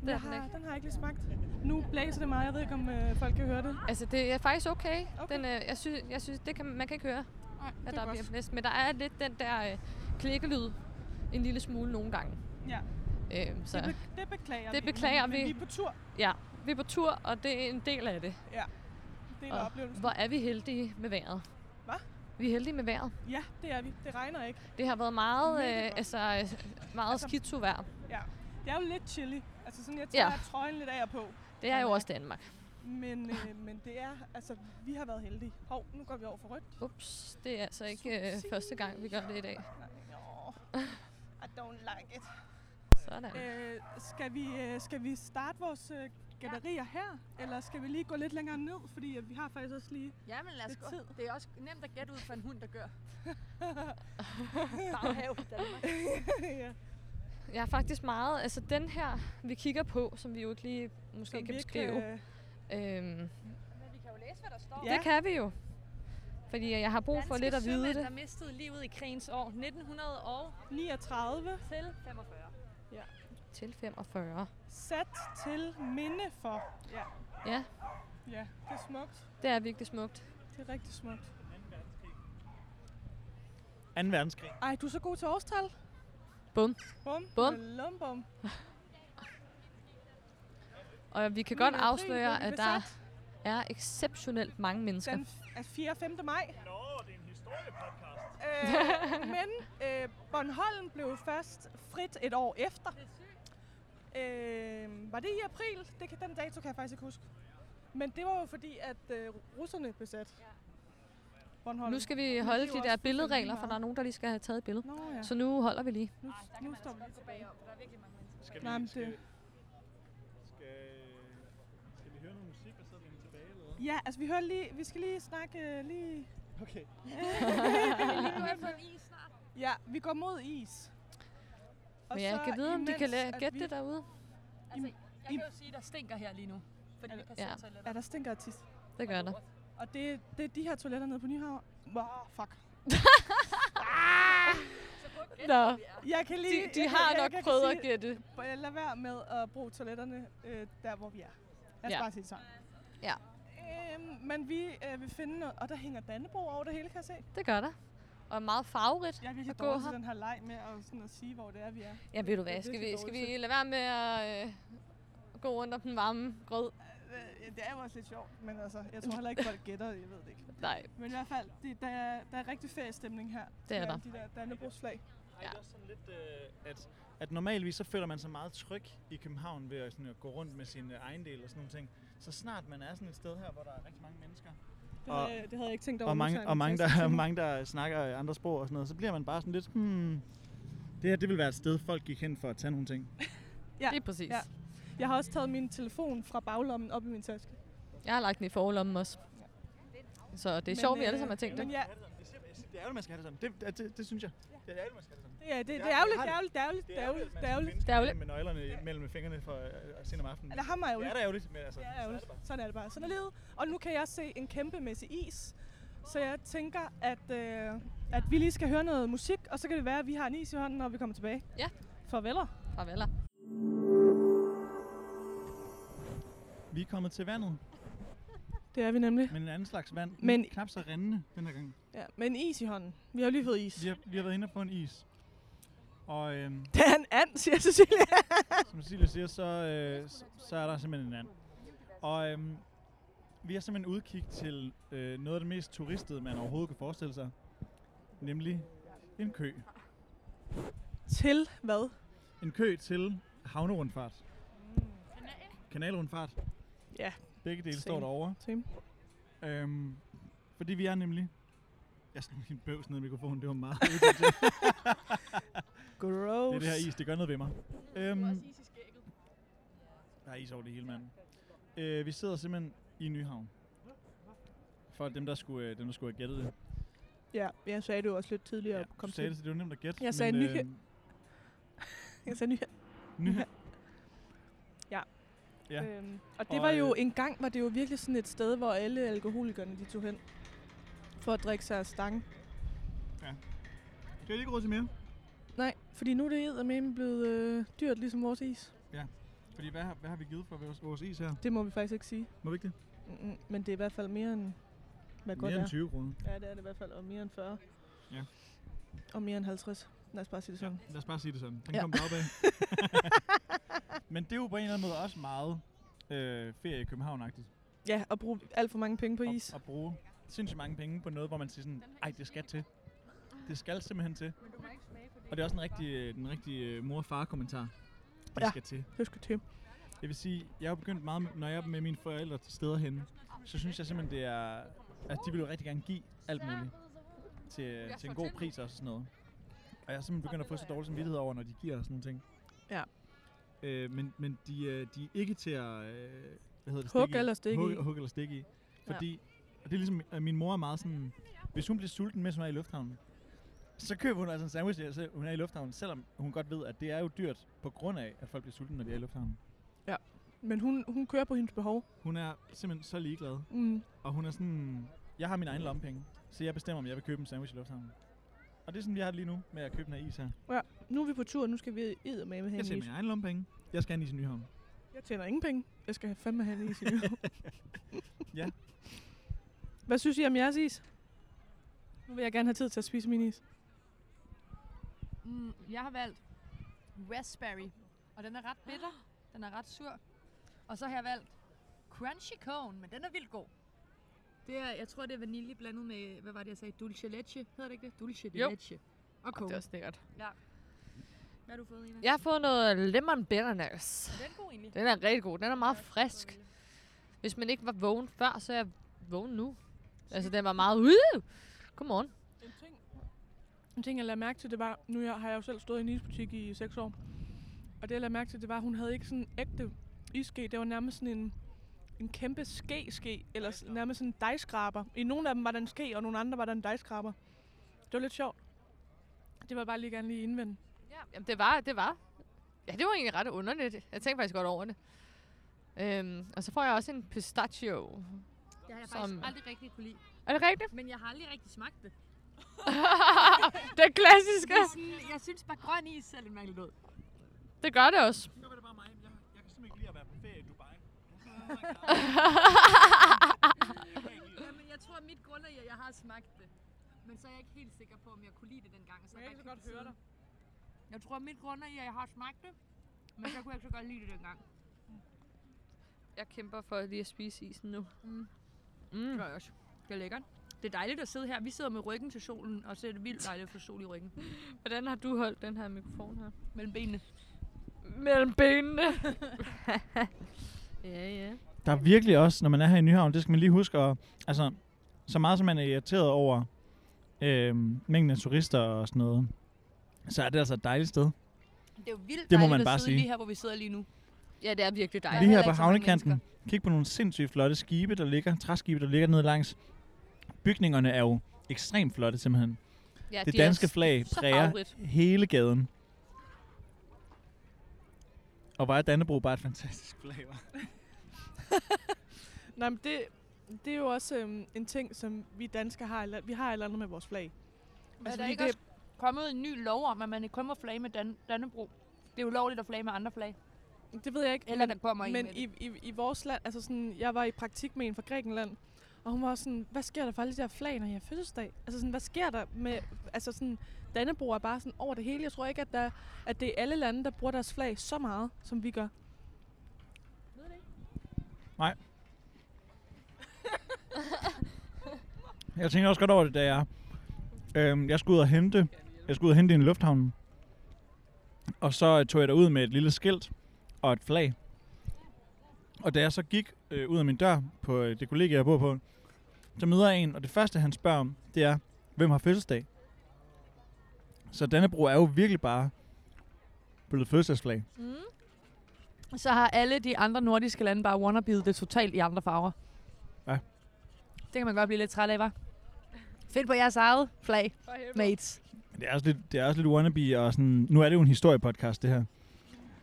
Den, det er den har, ikke. den har jeg ikke lige smagt. Nu blæser det meget. Jeg ved ikke, om øh, folk kan høre det. Altså, det er faktisk okay. Okay. okay. Den, øh, jeg synes, jeg synes det kan, man kan ikke høre, Nej, at der bliver blæst. Men der er lidt den der øh, klikkelyd en lille smule nogle gange. Ja. Øh, Det, så be- det beklager Det vi. men- beklager men vi. vi er på tur. ja, vi er på tur, og det er en del af det. Det er Og Mhm. oplevelsen. Hvor er vi heldige med vejret? Hva? Vi er heldige med vejret. Ja, det er vi. Det regner ikke. Det har været meget, Virkelig øh, godt. altså, øh, meget Altså- altså, vejr. Ja. Det er jo lidt chilly. Altså sådan, jeg tager Ja. trøjen lidt af og på. Det er jo også Danmark. Men, øh, <laughs> men det er, altså, vi har været heldige. Hov, nu går vi over for rødt. Ups, det er altså ikke øh, Sushi. første gang, vi gør det i dag. Nej, nå. I don't like it. Sådan. Øh, skal, vi, øh, skal vi starte vores øh, gallerier her? Eller skal vi lige gå lidt længere ned? Fordi øh, vi har faktisk også lige... Ja, men lad os Lidt gå. tid. Det er også nemt at gætte ud for en hund, der gør. Baghave i Danmark. ja. Jeg er faktisk meget, altså den her, vi kigger på, som vi jo ikke lige måske som kan vi ikke, beskrive. øh, Øhm, Men vi kan jo læse, hvad der står. Ja. ja. Det kan vi jo. Fordi jeg har brug for Danske lidt at vide sømænd, det. der mistede livet i krigens år 1900 og 39 til 45. Til 45. sat til minde for. Ja, Ja, ja, det er smukt. det er virkelig smukt. Det er rigtig smukt. 2. verdenskrig. Ej, du er så god til årstal. Bum. Bum. Bum. Lum, bum. Og vi kan øh, godt afsløre, at der er exceptionelt mange mennesker. Den f- er 4. og 5. <laughs> maj. Nå, det er en historiepodcast. Øh, men øh, Bornholm blev først frit et år efter. Øh, var det i april? Det kan, den dato kan jeg faktisk ikke huske. Men det var jo fordi, at øh, russerne besat Bornholm. Nu skal vi er holde jo de også der fuldstændig billedregler, for meget. der er nogen, der lige skal have taget et billede. Nå ja, Så nu holder vi lige. nu, nu står vi lige tilbage. for der er virkelig mange mennesker. Skal Nej, men det- skal, skal vi høre noget musik, og så vende tilbage, eller hvad? Ja, altså vi hører lige, vi skal lige snakke øh, lige... Okay. Vi går efter en is snart. Ja, vi går mod is. Og Men jeg så kan vide, om de kan imens, la- at gætte vi- det derude. Altså, jeg I- kan jo sige, der stinker her lige nu. Fordi vi Ja. passerer Ja. toiletter. Ja, der stinker af tis. Det gør der. Og det, det er de her toiletter nede på Nyhavn. Wow, fuck. Nå, Jeg kan de, lige... de jeg har kan, jeg, nok kan prøvet sige, at gætte. at... Lad være med at bruge toiletterne øh, der, hvor vi er. Lad os Ja. bare sige det sådan. Ja. Øhm, men vi øh, vil finde noget, og der hænger Dannebro over det hele, kan jeg se. Det gør der. Og meget farverigt. Jeg er At virkelig gå dårlig til her. den her leg med at, sådan at sige, hvor det er, vi er. Ja, ved du Det hvad, er skal virkelig vi, skal dårligt vi lade være med at øh, gå rundt om den varme grød? Øh, ja, det er jo også lidt sjovt, men altså, jeg tror heller ikke, folk gætter det, jeg ved det ikke. Nej, Men i hvert fald, det, der, er, der er rigtig feriestemning her. Det er med der. De der Dannebrogsflag. Ja. Det er også sådan lidt, øh, at, at normalvis så føler man sig meget tryg i København ved at, sådan, at gå rundt med sin øh, ejendel og sådan nogle ting. Så snart man er sådan et sted her, hvor der er rigtig mange mennesker, Det, Og- havde, jeg- det havde jeg ikke tænkt over. og nu, så mange, jeg og mange, tænkte der, <laughs> sådan, mange, der snakker andre sprog og sådan noget, så bliver man bare sådan lidt, hmm, det her det vil være et sted, folk gik hen for at tage nogle ting. Ja. lige præcis. Ja. Jeg har også taget min telefon fra baglommen op i min taske. Jeg har lagt den i forlommen også. Så det er Men, sjovt, vi øh, alle sammen har tænkt Men det. ja, Det er ærgerligt, man skal have det sammen. Det, det, det synes jeg. Det er ærgerligt, man skal have det sammen. det er, det, det Jeg er har- ærgerligt, jeg har ærgerligt, ærgerligt, ærgerligt, ærgerligt. Det er ærgerligt. med nøglerne mellem fingrene for øh, sent om aftenen. Eller ham er Det er ærgerligt. da ærgerligt, men altså, Det er så ærgerligt. Sådan er det bare. Sådan er livet. Og nu kan jeg se en kæmpemæssig is. Så jeg tænker, at, øh, at vi lige skal høre noget musik, og så kan det være, at vi har en is i hånden, når vi kommer tilbage. Ja. Farveler. Farveler. Vi er kommet til vandet, Det er vi nemlig. men en anden slags vand. Men- Knap så rendende den her gang. Ja, med en is i hånden. Vi har jo lige fået is. Vi har, vi har været inde og få en is. Og øhm, Det er en and, siger Cecilia. som Cecilie siger, så, øh, s- så er der simpelthen en anden. Og øhm, vi har simpelthen udkig til øh, noget af det mest turistede, man overhovedet kan forestille sig. Nemlig en kø. Til hvad? En kø til havnerundfart. Kanalrundfart. Ja. Begge dele står Same. derovre. Same. Øhm, fordi vi er nemlig... Jeg slog min bøvs ned i mikrofonen, det var meget Det er Gross. det her is, det gør noget ved mig. Øhm, der er is over det hele, mand. Øh, vi sidder simpelthen i Nyhavn. For dem, der skulle, øh, dem, der skulle have gættet det. Ja, jeg sagde det jo også lidt tidligere. Ja, at komme du sagde det, til. så det var nemt at gætte. Jeg sagde Nyha- øh, Jeg sagde ny <laughs> Nyhavn. Ja. Øhm, og det Og, var jo, øh, en gang var det jo virkelig sådan et sted, hvor alle alkoholikerne de tog hen for at drikke sig af stang. Skal jeg ikke råd til mere? Nej, fordi nu er det med blevet øh, dyrt, ligesom vores is. Fordi hvad, har- hvad har vi givet for vores, vores is her? Det må vi faktisk ikke sige. Må vi ikke det? Mm-mm, men det er i hvert fald mere end, hvad godt Mere er. end 20 kroner. Ja, det er det i hvert fald, og mere end 40. Ja. Og mere end 50. Lad os bare sige det sådan. Lad os bare sige det sådan. Den Ja. ja. kom bare <laughs> bag. Men det er jo på en eller anden måde også meget øh, ferie i København-agtigt. Ja, ja og bruge alt for mange penge på is. At, at bruge sindssygt mange penge på noget, hvor man siger sådan, ej, det skal til. Det skal simpelthen til. Og det er også en rigtig, øh, den rigtige øh, mor-far-kommentar. Det Ja. ja. skal til. Det skal til. Jeg vil sige, jeg har begyndt meget, med- når jeg er med mine forældre til steder henne, så synes jeg simpelthen, det er, at de vil jo rigtig gerne give alt muligt til, til en god pris og sådan noget. Og jeg er simpelthen begyndt at få så dårlig samvittighed over, når de giver og sådan nogle ting. Ja. Øh, men, men de, øh, de er ikke til at, øh, hvad hedder det, Hug stikke i. eller stikke i. hug, hug eller stikke i. Fordi, og det er ligesom, at min mor er meget sådan, hvis hun bliver sulten, mens hun er i lufthavnen, så køber hun altså en sandwich, ja, så hun er i lufthavnen, selvom hun godt ved, at det er jo dyrt, på grund af, at folk bliver sultne, når de er i lufthavnen. Men hun, hun kører på hendes behov. Hun er simpelthen så ligeglad, Mm. og hun er sådan, jeg har min egen lommepenge, så jeg bestemmer, om jeg vil købe en sandwich i lufthavnen. Og det er sådan, vi har det lige nu med at købe den her is her. Nu er vi på tur, nu skal vi eddermame med have Jeg en tjener is. min egen lommepenge. Jeg skal have en is i Nyhavn. Jeg tjener ingen penge. Jeg skal have fandme have en <laughs> is i nu. Ja. Hvad synes I om jeres is? Nu vil jeg gerne have tid til at spise min is. Mm, jeg har valgt raspberry, og den er ret bitter, den er ret sur. Og så har jeg valgt crunchy cone, men den er vildt god. Det er, jeg tror, det er vanilje blandet med, hvad var det, jeg sagde? Dulce leche, hedder det ikke det? Dulce de Jo. leche. Og Det cone. er også lækkert. Hvad har du fået, Ina? Jeg har fået noget lemon bitterness. Den er god egentlig. Den er rigtig god. Den er meget frisk. Hvis man ikke var vågen før, så er jeg vågen nu. Altså, den var meget... Uh! Godmorgen. En ting, en ting jeg lagde mærke til, det var, nu jeg, har jeg jo selv stået i en isbutik i 6 år, og det jeg lagde mærke til, det var, at hun havde ikke sådan en ægte iske, det var nærmest sådan en, en kæmpe ske-ske, eller s- nærmest sådan en dejskraber. I nogle af dem var der en ske, og nogle andre var der en dejskraber. Det var lidt sjovt. Det var jeg bare lige gerne lige indvende. Ja, jamen, det var, det var. Ja, det var egentlig ret underligt. Jeg tænkte faktisk godt over det. Øhm, og så får jeg også en pistachio. Det har jeg faktisk faktisk Som- aldrig rigtig kunne lide, Er det rigtigt? men jeg har aldrig rigtig smagt det. Det er klassiske. Jeg synes bare, grøn is ser lidt mærkeligt ud. Det gør det også. Det var det bare mig. Jeg, jeg kan simpelthen ikke lide at være på ferie i Dubai. Jamen, jeg tror, at mit grund er, at jeg har smagt det. Men så er jeg ikke helt sikker på, om jeg kunne lide det dengang. Så Jeg kan der så godt købte høre siden. Jeg tror, at mit grund er, at jeg har smagt det. Men så kunne jeg ikke så godt lide det dengang. Jeg kæmper for lige at spise isen nu. Mm. Mm. gør jeg også. Det er lækkert. Det er dejligt at sidde her. Vi sidder med ryggen til solen, og så er det vildt dejligt at få sol i ryggen. Hvordan har du holdt den her mikrofon her? Mellem benene. Mellem benene. <laughs> ja, ja. Der er virkelig også, når man er her i Nyhavn, det skal man lige huske, og, altså, så meget som man er irriteret over øh, mængden af turister og sådan noget, så er det altså et dejligt sted. Det er jo vildt Det må dejligt man bare at sidde sige. lige her, hvor vi sidder lige nu. Ja, det er virkelig Der er dejligt. Lige her heller ikke på så mange havnekanten, kig på nogle sindssygt flotte skibe, der ligger, træskibe, der ligger nede langs. Bygningerne er jo ekstremt flotte simpelthen. Ja, Det de er danske s- flag så præger farverigt. hele gaden. Og var Dannebro bare et fantastisk flag, var? Nej, men det, det er jo også øhm, en ting, som vi danskere har. eller- Vi har et eller andet med vores flag. Er der vi- ikke det- også kommet en ny lov om, at man ikke kun må flage med Dan- Dannebro? Det er ulovligt at flage med andre flag. Det ved jeg ikke. Eller der kommer en men med i, i, i vores land, altså sådan, jeg var i praktik med en fra Grækenland, og hun var også sådan, hvad sker der for alle de der flag, når jeg har fødselsdag? Altså sådan, hvad sker der med, altså sådan, Dannebro er bare sådan over det hele. Jeg tror ikke, at, der, at det er alle lande, der bruger deres flag så meget, som vi gør. Jeg tænkte også godt over det, da jeg, øhm, jeg skulle ud og hente, jeg skulle ud og hente i en lufthavn. Og så øh, tog jeg derud med et lille skilt og et flag. Og da jeg så gik øh, ud af min dør på øh, det kollegie, jeg bor på, Så møder jeg en, og det første, han spørger om, det er, hvem har fødselsdag? Så Dannebro er jo virkelig bare blevet fødselsdagsflag. Mm. Så har alle de andre nordiske lande bare wannabeet det totalt i andre farver. Ja. Det kan man godt blive lidt træt af, var. Fedt på jeres eget flag, mates. Men Det er også lidt, det er også lidt wannabe, og sådan, nu er det jo en historiepodcast, det her.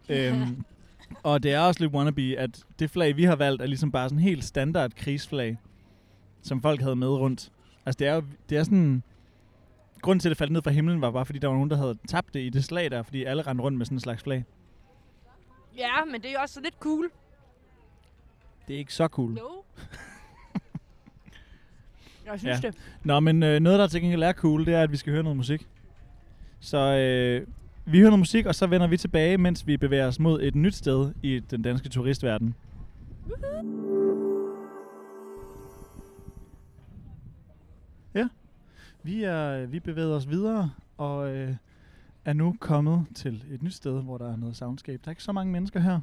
øhm, og det er også lidt wannabe, at det flag, vi har valgt, er ligesom bare sådan helt standard krigsflag, som folk havde med rundt. Altså det er, jo- det er sådan... Grunden til, at det faldt ned fra himlen, var bare, fordi der var nogen, der havde tabt det i det slag der, fordi alle rendte rundt med sådan en slags flag. Ja, men det er jo også lidt cool. Det er ikke så cool. No. <laughs> Jeg synes Ja. ja. det. Nå, men øh, noget, der til gengæld er cool, det er, at vi skal høre noget musik. Så øh, vi hører noget musik, og så vender vi tilbage, mens vi bevæger os mod et nyt sted i den danske turistverden. Ja, vi, er, vi bevæger os videre, og øh, er nu kommet til et nyt sted, hvor der er noget soundscape. Der er ikke så mange mennesker her.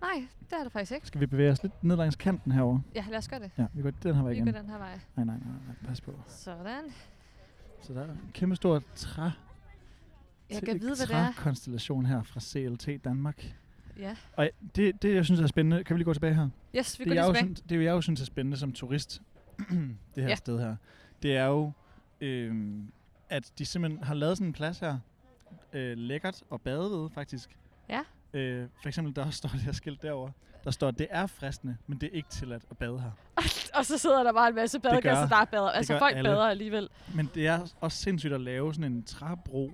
Nej, det er der faktisk ikke. Skal vi bevæge os lidt ned langs kanten herover? Ja, lad os gøre det. Ja, vi går den her vej Vi igen. går Nej, den her vej. nej, nej, nej, pas på. Sådan. Så der er en kæmpe stor træ Jeg til- kan vide, hvad det er. konstellation her fra CLT Danmark. Ja. Og det, det, jeg synes er spændende, kan vi lige gå tilbage her? Yes, vi det, går lige jeg jo tilbage. synes, det, jeg jo synes er spændende som turist, <clears throat> det her ja. Ja. sted her, det er jo, øh, at de simpelthen har lavet sådan en plads her, øh, lækkert og bade ved, faktisk. Ja. Øh, for eksempel, der <laughs> står det her skilt derovre. Der står, det er fristende, men det er ikke tilladt at bade her. Og så sidder der bare en masse badekasser, gør- der er bader. Altså, gør folk alle. bader alligevel. Men det er også sindssygt at lave sådan en træbro,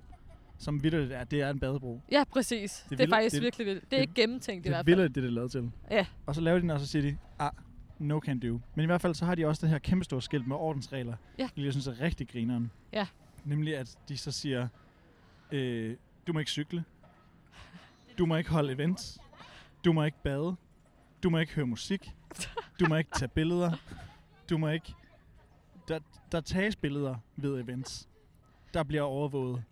som vidderligt er, det er en badebro. Ja, præcis. Det, det vildt- er faktisk det- det, virkelig vildt. Det er det- ikke gennemtænkt i Det er hvert fald. vildt, det det er lavet til. Ja. Og så laver de den, og så siger de, ah, no can do. Men i hvert fald så har de også det her kæmpe store skilt med ordensregler, Ja. hvilket jeg synes er rigtig grineren. Ja. Nemlig at de så siger, øh, du må ikke cykle, du må ikke holde events, du må ikke bade, du må ikke høre musik, du må ikke tage billeder, du må ikke... Der, der tages billeder ved events. Der bliver overvåget.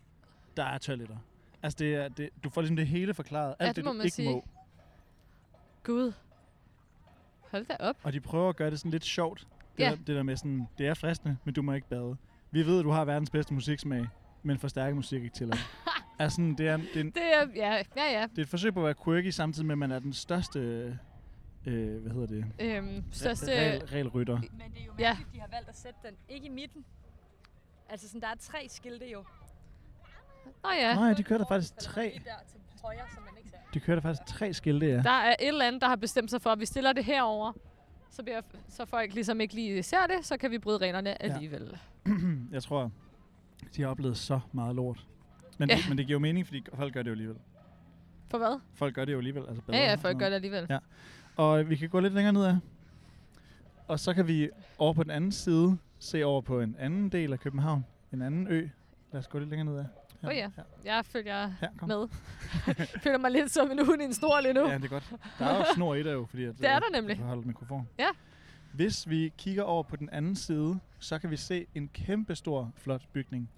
Der er toiletter. Altså, det er, det, du får ligesom det hele forklaret. Alt det det, må du man ikke sige. må. Gud. Hold da op. Og de prøver at gøre det sådan lidt sjovt. Det, Ja. der, det der med sådan, det er fristende, men du må ikke bade. Vi ved, at du har verdens bedste musiksmag, men forstærket musik er ikke <laughs> til altså, sådan, det, er, en- det, er en, Det er, ja, ja, ja. det er et forsøg på at være quirky, samtidig med, at man er den største... Øh, hvad hedder det? Øhm, største... Regel, regelrytter. Men det er jo Ja. mærkeligt, de har valgt at sætte den ikke i midten. Altså, sådan, der er tre skilte jo. Nå ja, Nej, de kører der faktisk tre. De kører der faktisk tre skilte, ja. der er et eller andet, der har bestemt sig for, at vi stiller det herover. Så, bliver, så folk ligesom ikke lige ser det, så kan vi bryde reglerne alligevel. Ja. <clears throat> Jeg tror, de har oplevet så meget lort. Men, ja. Ja. det, men det giver jo mening, fordi folk gør det jo alligevel. For hvad? Folk gør det jo alligevel. Altså Ja, ja, og sådan folk noget. gør det alligevel. Ja. Og vi kan gå lidt længere ned af. Og så kan vi over på den anden side se over på en anden del af København. En anden ø. Lad os gå lidt længere ned af. Åh ja. Her, Jeg følger her kom. <laughs> med. <laughs> føler mig lidt som en hund i en snor lige nu. Ja, det er godt. Der er jo snor i der jo, fordi at, Det er øh, der nemlig. Du kan holde mikrofon. Ja. Hvis vi kigger over på den anden side, så kan vi se en kæmpe stor, flot bygning.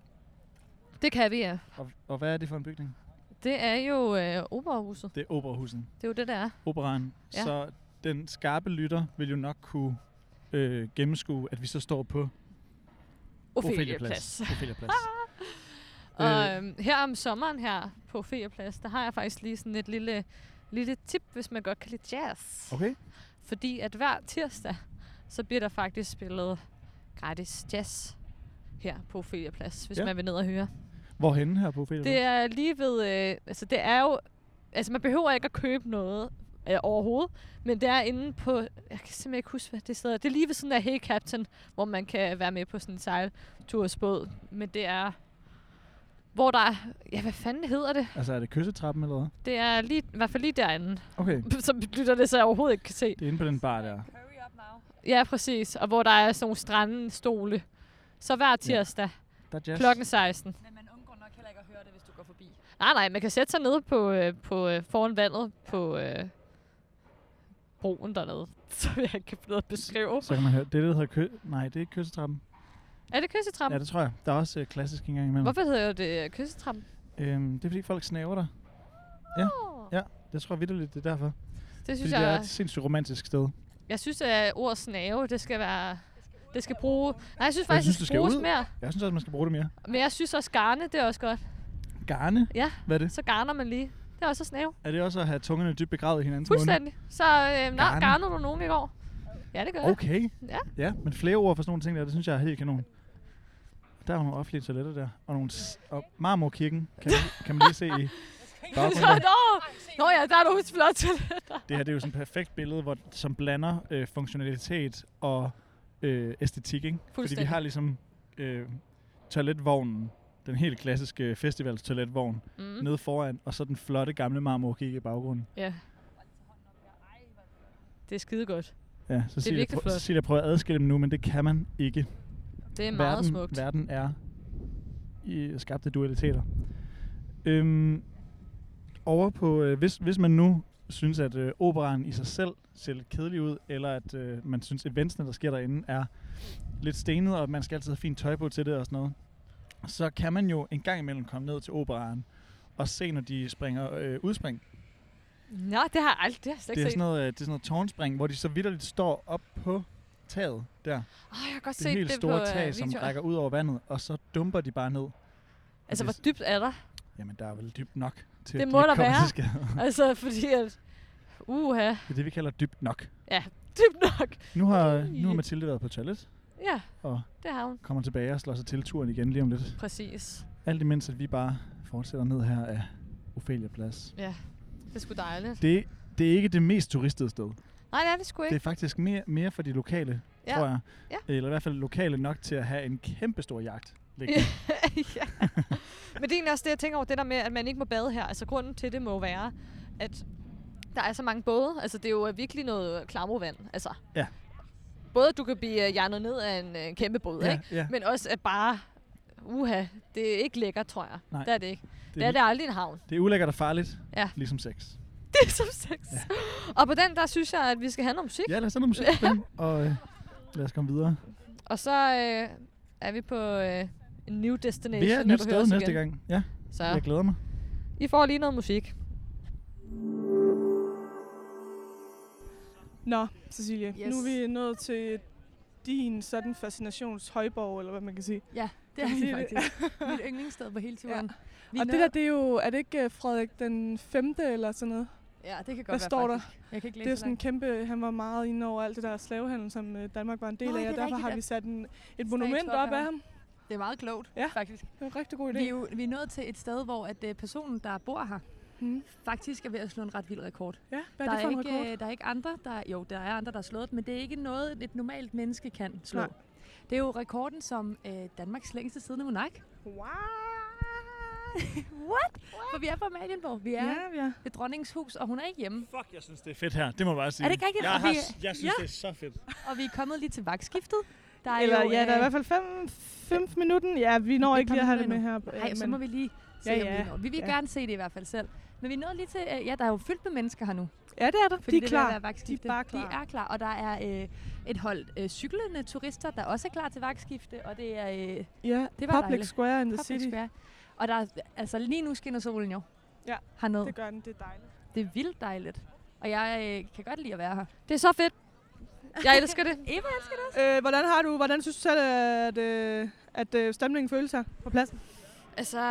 Det kan vi, ja. Og, og hvad er det for en bygning? Det er jo øh, operahuset. Det er operahuset. Det er jo det, der er. operaen. Ja. Ja. Så den skarpe lytter vil jo nok kunne øh, gennemskue, at vi så står på Opheliaplads. <laughs> Opheliaplads. Og øhm, her om sommeren her på Ferieplads, der har jeg faktisk lige sådan et lille, lille tip, hvis man godt kan lide jazz. Okay. Fordi at hver tirsdag, så bliver der faktisk spillet gratis jazz her på Ferieplads, hvis Ja. ja. man vil ned og høre. Hvorhenne her på Opheliaplads? Det er lige ved, øh, altså det er jo, altså man behøver ikke at købe noget øh, overhovedet, men det er inde på, jeg kan simpelthen ikke huske, hvad det sidder. Det er lige ved sådan der Hey Captain, hvor man kan være med på sådan en sejltursbåd, men det er, hvor der er, ja hvad fanden hedder det? Altså er det kyssetrappen eller hvad? Det er lige, i hvert fald lige derinde, <laughs> Okay. som lytterne så overhovedet ikke kan se. Det er inde på den bar der. Ja, præcis, og hvor der er sådan nogle strandstole. Så hver tirsdag, Der er ja. jazz. klokken 16. Men man undgår nok heller ikke at høre det, hvis du går forbi. Nej, nej, man kan sætte sig nede på, øh, på øh, foran vandet på øh, broen dernede, <laughs> som jeg ikke kan finde ud af at beskrive. Så kan man høre. Det er det, der hedder kø... Nej, det er ikke kyssetrappen. Er det Ja, kyssetrappen? det tror jeg. Der er også øh, klassisk engang imellem. Hvorfor hedder det øh, kyssetrappen? Øhm, det er fordi folk snaver dig. Ja. Åh, Ja, Jeg tror vitterligt, det er derfor. Det Fordi synes det er et jeg, sindssygt romantisk sted. jeg synes, at ordet snave, det skal være det skal bruge. Nej, jeg synes Jeg faktisk, synes, det det skal skal bruges ud. mere. Jeg synes også, man skal bruge det mere. Men jeg synes også, garne, det er også godt. Garne? Ja. Hvad er det? Så garner man lige. Det er også at snæve. Er det også at have tungerne dybt begravet i hinandens mund? Fuldstændig. Så øh, nej, Garne. garnede du nogen i går? Ja, det gør jeg. Okay. Ja. ja. men flere ord for sådan nogle ting der, det synes jeg er helt kanon. Der er jo nogle offentlige toiletter der, og, nogle s- og Marmorkirken kan, man- kan man lige se <laughs> i Så, baggrunden. nå, nå ja, der er nogle flot toiletter. Det her det er jo sådan et perfekt billede, hvor, som blander øh, funktionalitet og øh, æstetik, ikke? Fordi vi Fuldstændig. har ligesom øh, toiletvognen, den helt klassiske festivalstoiletvogn, mm. Mm. nede foran, og så den flotte gamle marmorkirke i baggrunden. Ja. Det er skide godt. Ja, så Cecilia, virkelig prøv, flot. Cecilia prøver at adskille dem nu, men det kan man ikke. Det er meget verden, smukt. Verden er i skabte dualiteter. Øhm, over på, øh, hvis, hvis man nu synes, at øh, operan i sig selv ser lidt kedelig ud, eller at øh, man synes, at eventsene, der sker derinde, er lidt stenet, og man skal altid have fint tøj på til det og sådan noget, så kan man jo en gang imellem komme ned til operaen og se, når de springer øh, udspring. Nå, det har jeg aldrig, det har jeg slet Det er, sådan ikke set. noget, øh, det er sådan noget tårnspring, hvor de så vidderligt står op på taget der. Åh, jeg har godt Det er set helt det på øh, store tag, som videoer. rækker ud over vandet, og så dumper de bare ned. Altså, Det- hvor dybt er der? <laughs> Jamen, der er vel dybt nok til, Det at de må ikke der kommer være. til skade. Altså, fordi at... Uha, Det er det, vi kalder dybt nok. dybt nok. Nu har, nu har Ej. Mathilde været på toilet Ja, og det har hun. kommer tilbage og slår sig til turen igen lige om lidt. Præcis. Alt imens, at vi bare fortsætter ned her af Ophelia Plads. Ja, det er sgu dejligt. Det, det er ikke det mest turistede sted. Nej, det er det sgu Det ikke. er faktisk mere, mere for de lokale, Ja. tror jeg. Ja. Eller i hvert fald lokale nok til at have en kæmpe stor jagt. liggende. ja. Men det er egentlig også det, jeg tænker over, det der med, at man ikke må bade her. Altså, grunden til det må jo være, at der er så mange både. Altså, det er jo øh, virkelig noget klamrovand. Altså, Ja. Både at du kan blive øh,jernet ned af en øh, kæmpe båd, <laughs> ja. ja, ikke? ja. Men også at bare, uha, det er ikke lækkert, tror jeg. Nej. Det er det ikke. Det, Det det er er, det aldrig en <laughs> havn. det er ulækkert og farligt, Ja. ligesom sex. Det er som sex. Ja. Og på den, der synes jeg, at vi skal have noget musik. Ja, lad os have noget <laughs> musik på den, og øh, lad os komme videre. Og så øh, er vi på øh, en new destination, Vi er når et du nyt hører sted os næste igen. gang. Ja, Så jeg glæder mig. I får lige noget musik. Nå, Cecilie, yes. Yes. nu er vi nået til din sådan fascinations højborg, eller hvad man kan sige. Det Kan er man vi sige det? faktisk. Mit yndlingssted på hele turen. Vi og det nåede- der, det er jo, er det ikke øh, Frederik den 5. eller sådan noget? Ja, det kan godt Hvad være står der? faktisk. Jeg kan ikke læse Det er jo sådan en langt. kæmpe, han var meget inde over alt det der slavehandel, som øh, Danmark var en del Nå, af, ja, og det derfor er har rigtigt, vi sat en, et Statue monument op op af af ham. ham. Det er meget klogt, Ja. faktisk. Det er en rigtig god idé. Vi er, jo, vi er nået til et sted, hvor at, øh, personen, der bor her, Mm. faktisk er ved at slå en ret vild rekord. Ja, hvad er der, det for er en ikke, rekord? øh, der er ikke andre, der... Jo, der er andre, der har slået det, men det er ikke noget, et normalt menneske kan slå. Nej. Nej. Det er jo rekorden som øh, Danmarks længste siddende monark. Wow. <laughs> What? For vi er på Amalienborg. Vi er Ja, ja. ja. ved dronningens hus, og hun er ikke hjemme. Fuck, jeg synes, det er fedt her. Det må jeg bare sige. Er det ikke rigtigt? Jeg, Og har, vi- jeg synes, ja. det er så fedt. Og vi er kommet lige til vagtskiftet. Der er Eller jo, øh, ja, der er i hvert fald 5 minutter. Ja, vi når vi ikke lige at kommer have det med endnu. her. Nej, så må vi lige se, Øh, Ja, ja, ja. ja. om vi når. Vi vil Ja. ja. gerne se det i hvert fald selv. Men vi nåede lige til... Øh, ja, der er jo fyldt med mennesker her nu. Ja, det er der. Fordi De er det klar. Der vagtskifte. bare De klar. er klar. Og der er øh, et hold øh, cyklende turister, der også er klar til vagtskifte. Og det er... Øh, Ja, Det var Public dejligt. Square in the Public City. Square. Og der er, altså lige nu skinner solen jo Ja, hernede. Det Det, gør den, det er dejligt. det er vildt dejligt. Og jeg øh, kan godt lide at være her. Det er så fedt. Jeg elsker det. <laughs> Eva elsker det. Øh, hvordan har du, hvordan synes du selv, at, øh, at øh, stemningen føles her på pladsen? Altså,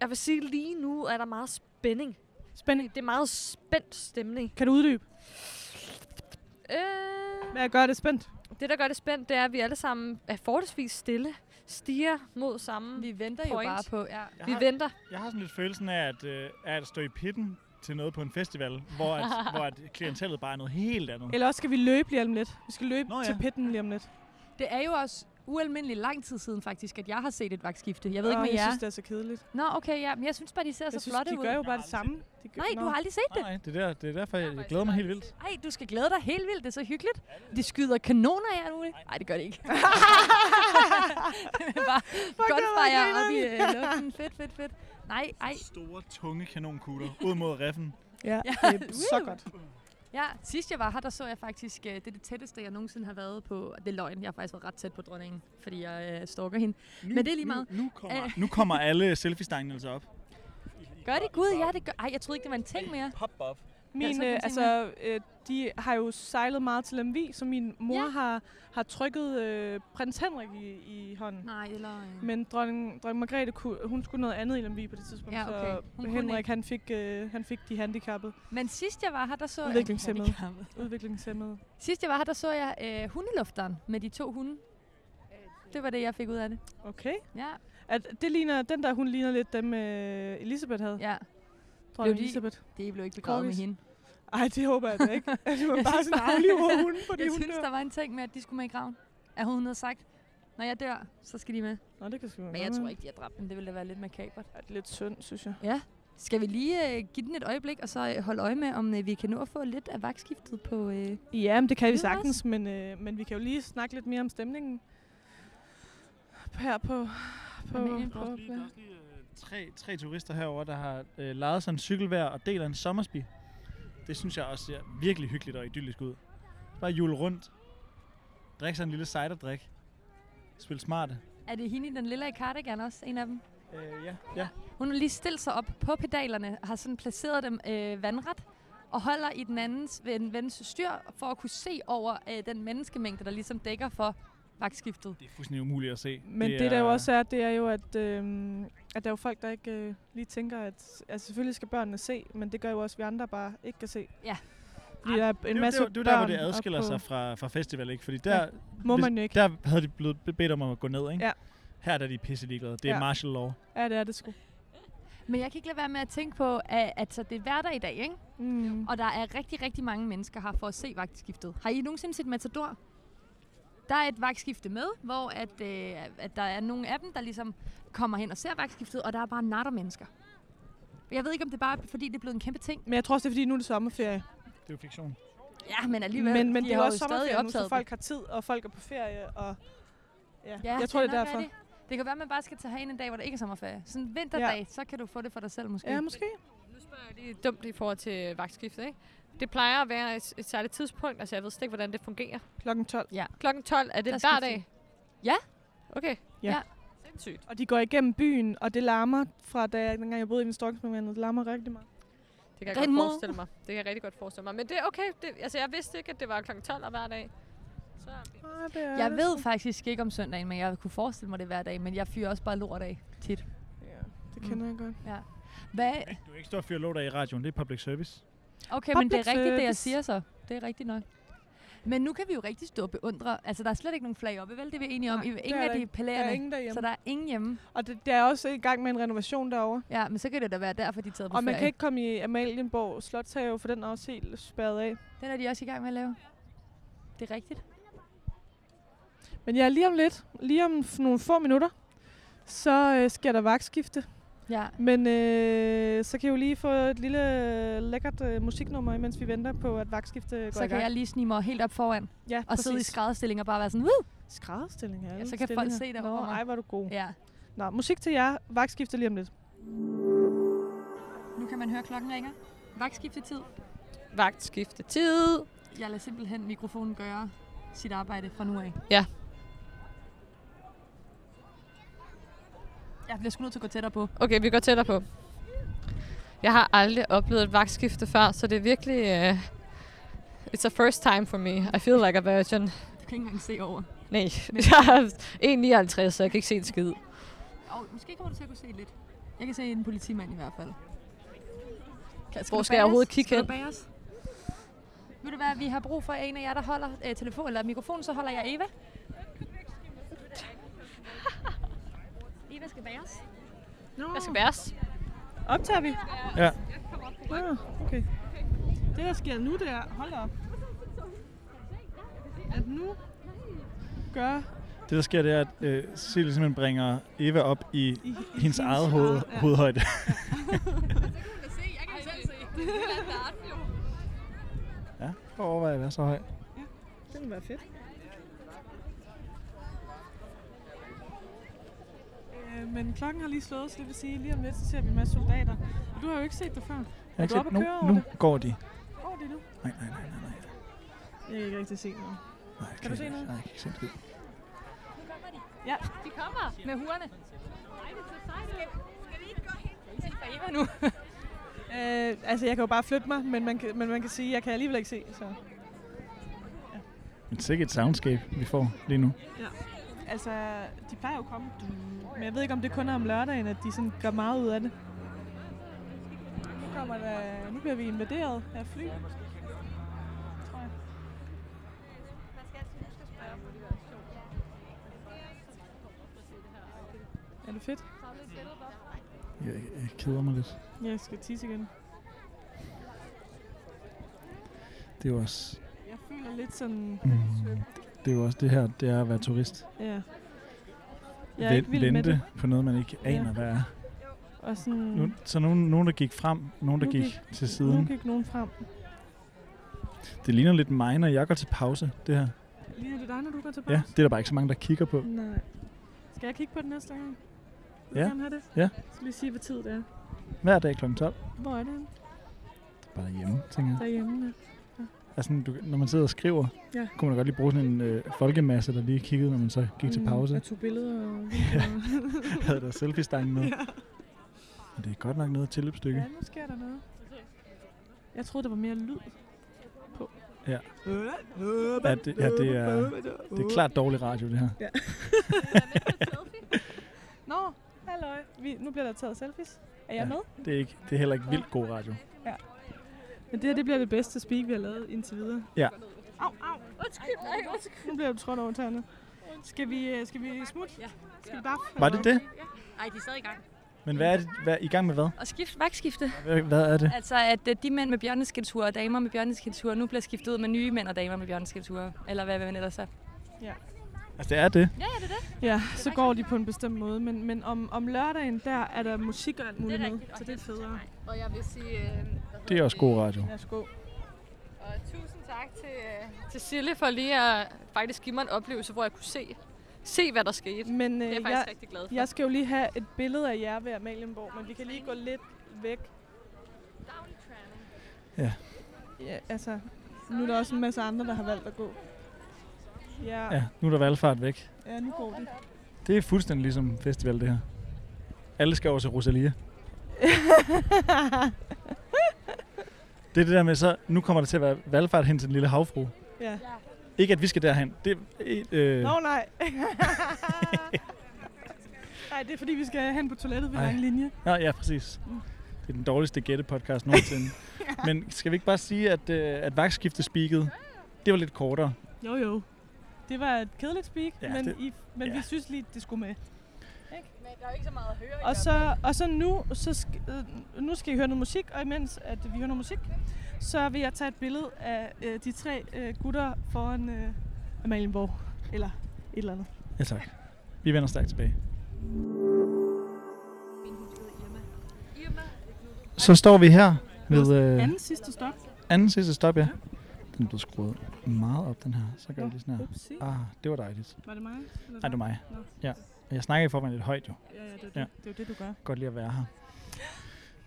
jeg vil sige lige nu, er der meget spænding. Spænding. Det er meget spændt stemning. Kan du uddybe? Øh, Hvad gør det spændt? det, der gør det spændt, det er, at vi alle sammen er forholdsvis stille, stiger mod Mm. sammen. Vi, Vi venter Point. jo bare på... Ja. Jeg vi har, venter. jeg har sådan lidt følelsen af at, øh, af at stå i pitten til noget på en festival, hvor, <laughs> at, hvor at klientellet bare er noget helt andet. Eller også skal vi løbe lige om lidt. Vi skal løbe Nå, Nå ja. ja. til pitten lige om lidt. Det er jo også ualmindelig lang tid siden faktisk, at jeg har set et vagtskifte. Jeg ved Åh, ikke med jeg jer. synes, det er så kedeligt. Nå, okay, ja. Men jeg synes bare, de ser Jeg så synes, flotte de ud. gør jo Jeg bare har det aldrig samme. De gør, Nej, du har aldrig set Nej, det. nej, det, der, det er derfor, jeg, jeg glæder mig helt vildt. Ej, du skal glæde dig helt vildt. Det er så hyggeligt. De skyder kanoner i alt muligt. Nej, det gør det <laughs> ikke. det er bare gunfire op i øh, luften. Fedt, fedt, fedt. Nej, ej. Store, tunge kanonkugler ud mod riffen. Ja, det <laughs> er så godt. Ja, sidst jeg var her, der så jeg faktisk, øh, det er det tætteste, jeg nogensinde har været på, og det er løgn, jeg har faktisk været ret tæt på dronningen, fordi jeg øh, stalker hende. Nu, Men det er lige meget. Øh. Nu, nu, kommer, Æh. nu kommer alle selfie-stangene altså op. Gør det, Gud, ja, det gør. Ej, jeg troede ikke, det var en ting mere. Pop op. så Min, kan ja, man øh, se altså, øh, de har jo sejlet meget til Lemvi, så min mor Ja. ja. har, har trykket øh, prins Henrik i, i hånden. Nej, eller... Men dronning, dronning Margrethe, kunne, hun skulle noget andet i Lemvi på det tidspunkt, Ja, okay. Hun så kunne Henrik ikke. han fik, øh, han fik de handicappede, Men sidst jeg var her, der så jeg... Udviklingshæmmede. udviklingshemmede. Sidst jeg var her, der så jeg øh, hundelufteren med de to hunde. Det var det, jeg fik ud af det. Okay. Ja, At det ligner, den der, hun ligner lidt dem, øh, Elisabeth havde. Ja. ja. Blev Dronning de- Elisabeth. Det blev ikke begravet med Corgis. hende. Ej, det håber jeg da <laughs> ikke. At man Jeg bare synes sådan bare- afliver hunden, fordi Jeg hun synes, dør. der var en ting med, at de skulle med i graven. At hun havde sagt, når jeg dør, så skal de med. Nå, det kan sgu Men jeg tror ikke, de har dræbt dem. Det ville da være lidt makabert. Det er lidt synd, synes jeg. Skal vi lige øh, give den et øjeblik, og så øh, holde øje med, om øh, vi kan nå at få lidt af vagtskiftet på... Øh... Ja, men det kan vi Jonas? sagtens, men, øh, men vi kan jo lige snakke lidt mere om stemningen her på... på, Amelie. på, på ja. øh, Tre, tre turister herover der har øh, lejet sig en cykel hver og deler en sommersby. Det synes jeg også ser virkelig hyggeligt og idyllisk ud. Bare jule rundt. Drik sig en lille ciderdrik. Spil smarte. Er det hende, i den lille i cardigan også, en af dem? Øh, ja. ja. Hun har lige stillet sig op på pedalerne, har sådan placeret dem øh, vandret, og holder i den andens ven, vens styr, for at kunne se over øh, den menneskemængde, der ligesom dækker for vagtskiftet. Det er fuldstændig umuligt at se. Men det, det der jo også er, det er jo, at, øh, at der er jo folk, der ikke øh, lige tænker, at altså, selvfølgelig skal børnene se, men det gør jo også, at vi andre bare ikke kan se. Ja. Fordi der er en det, er masse jo- det, er jo der, hvor børn det op adskiller på- sig fra, fra festival, ikke? Fordi der, Må hvis- man jo ikke. der havde de blevet bedt om at gå ned, ikke? Ja. Her der er de pisse ligeglade. Det er Ja. martial law. Ja, det er det sgu. Men jeg kan ikke lade være med at tænke på, at, at så det er hverdag i dag, ikke? Mm. Og der er rigtig, rigtig mange mennesker her for at se vagtskiftet. Har I nogensinde set Matador? Der er et vagtskifte med, hvor at, øh, at der er nogle af dem, der ligesom kommer hen og ser vagtskiftet, og der er bare natter mennesker. Jeg ved ikke, om det bare er, fordi det er blevet en kæmpe ting. Men jeg tror også, det er fordi, nu er det sommerferie. Det er jo fiktion. Ja, men alligevel. Men, men de det er jo har også stadig sommerferie nu, optaget så det. folk har tid, og folk er på ferie. Og ja. Ja, jeg tror, det er nok derfor. Det. det kan være, at man bare skal tage hen en dag, hvor der ikke er sommerferie. Sådan en vinterdag, ja. så kan du få det for dig selv måske. Ja, måske. Nu spørger jeg lige dumt i forhold til vagtskiftet, ikke? Det plejer at være et, et særligt tidspunkt. Altså, jeg ved slet ikke, hvordan det fungerer. Klokken 12. Klokken 12, er Der det skifter hver I. dag? Ja. Okay. Ja. Ja. Sindssygt. Og de går igennem byen, og det larmer fra da jeg, dengang jeg boede i min storkensmønvandet. Det larmer rigtig meget. Det kan jeg Den godt måde. forestille mig. Det kan jeg rigtig godt forestille mig. Men det er okay. Det, altså, jeg vidste ikke, at det var klokken 12 hver dag. Så Ah, det er Jeg det ved sgu. faktisk ikke om søndagen, men jeg kunne forestille mig det hver dag. Men jeg fyrer også bare lort af tit. Ja, det Mm. kender jeg godt. Hvad? Du er ikke stå og fyre lort af i radioen. Det er public service. Okay, men det er Public rigtigt, det jeg service. siger så. Det er rigtigt nok. Men nu kan vi jo rigtig stå og beundre. Altså, der er slet ikke nogen flag oppe, vel? Det er vi enige om. Nej, Nej, det ingen er af der de ikke. Der er palæerne. ingen derhjemme. så der er ingen hjemme. Og det, der er også i gang med en renovation derovre. Ja, men så kan det da være derfor, de er taget på Og man ferie. kan ikke komme i Amalienborg Slotshave, for den er også helt spærret af. Den er de også i gang med at lave. Det er rigtigt. Men ja, lige om lidt, lige om f- nogle få minutter, så øh, sker der vagtskifte. Ja. Men øh, så kan I jo lige få et lille øh, lækkert øh, musiknummer, mens vi venter på, at vagtskifte går Så i gang. kan jeg lige snige mig helt op foran ja, og sidde i skrædderstilling og bare være sådan, Woo! skrædderstilling. Ja, så kan folk stillinger. se dig Nå, over mig. ej, var du god. Ja. Ja. Nå, musik til jer. Vagtskifte lige om lidt. Nu kan man høre klokken ringer. Vagtskiftetid. vagtskifte tid. Jeg lader simpelthen mikrofonen gøre sit arbejde fra nu af. Ja. Jeg bliver sgu nødt til at gå tættere på. Okay, vi går tættere på. Jeg har aldrig oplevet et vagtskifte før, så det er virkelig... Uh, it's a first time for me. I feel like a virgin. Du kan ikke engang se over. Nej, <laughs> jeg er 1,59, så jeg kan ikke se en skid. Og måske kommer du til at kunne se lidt. Jeg kan se en politimand i hvert fald. Kan, Hvor skal jeg overhovedet kigge hen? hen? Ved du hvad, vi har brug for en af jer, der holder øh, telefon eller mikrofonen, så holder jeg Eva. Eva skal bæres. Jeg skal bæres. Optager vi? Ja. Ah, okay. Det, der sker nu, det er... Hold da op. At nu gør Det der sker, det er, at øh, Cecilie simpelthen bringer Eva op i I, i hendes eget hoved, Ja. <laughs> hovedhøjde. Jeg kan selv se. Ja, prøv at overveje at være så høj. Det ville være fedt. Øh, Men klokken har lige slået, så det vil sige, at lige om lidt, så ser vi en masse soldater. Og du har jo ikke set det før. Jeg Er har ikke du oppe set, nu, at køre over nu går de. Hvor er det nu? Nej, nej, nej, nej, nej. Jeg kan ikke rigtig se noget. nej jeg Kan du se ikke- noget? Nej, jeg kan ikke se en skid. De kommer med hurerne. Øh, altså, jeg kan jo bare flytte mig, men man kan, men man kan sige, at jeg kan alligevel ikke se. Så. Men sikkert et soundscape, vi får lige nu. Altså, de plejer jo at komme, men jeg ved ikke, om det kun er om lørdagen, at de sådan gør meget ud af det. Nu, kommer der, nu bliver vi invaderet af fly. Tror jeg. Er det fedt? Jeg, jeg keder mig lidt. Jeg skal tisse igen. Det er jo også Jeg føler lidt sådan... Mm. Det er jo også det her, det er at være turist. Ja. Jeg er Ven- ikke vild med Vente det. på noget, man ikke Ja. aner, hvad er. Og sådan, Nu, så nogen, nogen, der gik frem, nogen, der Nu gik gik- til nu siden. gik nogen frem. Det ligner lidt mig, når jeg går til pause, det her. Ligner det dig, når du går til Ja, pause? det er der bare ikke så mange, der kigger på. Nej. Skal jeg kigge på det næste gang? Vil Ja. du gerne have det? Ja. Jeg skal lige sige, hvad tid det er. Hver dag kl. 12. Hvor er det henne? Bare hjemme, tænker jeg. Derhjemme. ja. Altså, du, når man sidder og skriver, Ja. kunne man godt lige bruge sådan en øh, folkemasse, der lige kiggede, når man så gik til Mm, <laughs> pause. Jeg tog billeder og... Havde der selfie-stangen med. Men det er godt nok noget tilløbsstykke. ja, nu sker der noget. Jeg troede, der var mere lyd på. Øh, Ja. Ja, Ja, det- ja, det er- øh, Det er klart dårlig radio, det her. Nå, halløj. Vi, nu bliver der taget selfies. Er jeg Ja. med? Det er, ikke, det er heller ikke vildt god radio. Men det her, det bliver det bedste speak, vi har lavet indtil videre. Ja. Au, au. Undskyld, nej, undskyld. Nu bliver du trådt over tæerne. Skal vi, øh, skal vi smutte? Ja. Skal vi bare? Var det det? Ej, de er stadig i gang. Men hvad er det? Hvad, I gang med hvad? Og skift, vagtskifte. Hvad, hvad er det? Altså, at øh, de mænd med bjørneskildture og damer med bjørneskildture nu bliver skiftet ud med nye mænd og damer med bjørneskildture. Eller hvad man ellers er. Altså, det er det. Ja, så går de på en bestemt måde. Men, men om, om lørdagen, der er der musik og alt muligt med. Så det er federe. Og jeg vil sige... Øh, Det er også god radio. Lad os gå. Og tusind tak til, øh, til Sille for lige at faktisk give mig en oplevelse, hvor jeg kunne se, se hvad der skete. Det Men er jeg øh, faktisk jeg, rigtig glad for. jeg skal jo lige have et billede af jer ved Amalienborg, men vi kan lige gå lidt væk. Ja. Ja, altså, nu er der også en masse andre, der har valgt at gå. Ja, Ja, nu er der valgfart væk. ja nu går de. Det er fuldstændig ligesom festival, det her. Alle skal over til <laughs> Rosalia. Det er det der med, så nu kommer der til at være valgfart hen til den lille havfru. ja. Ikke at vi skal derhen. Det, er et, øh, Nå nej. <laughs> Nej, det er fordi, vi skal hen på toilettet ved Ej. lang linje. Nå, ja, præcis. Det er den dårligste gættepodcast <laughs> nogensinde. Men skal vi ikke bare sige, at, øh, at vagtskiftespiket, det var lidt kortere. Jo jo. Det var et kedeligt speak, Ja, ja, men, det- det, I, men ja. ja. vi synes lige, det skulle med. Men der er jo ikke så meget at høre. Og så, og så nu, så sk- øh, nu skal I høre noget musik, og imens at vi hører noget musik, så vil jeg tage et billede af øh, de tre øh, gutter foran øh, Amalienborg, eller et eller andet. Ja, tak. Vi vender stærkt tilbage. Så står vi her ved øh, Anden sidste stop. anden sidste stop, ja. Den blev skruet meget op, den her. Så gør vi lige sådan her. Upsi. Ah, det var dejligt. Var det mig? Eller Nej, det var mig. Nå. Ja. Og Jeg snakker i forvejen lidt højt, jo. Ja, ja, det, er det, Ja. ja. det er jo det, du gør. Godt lige at være her.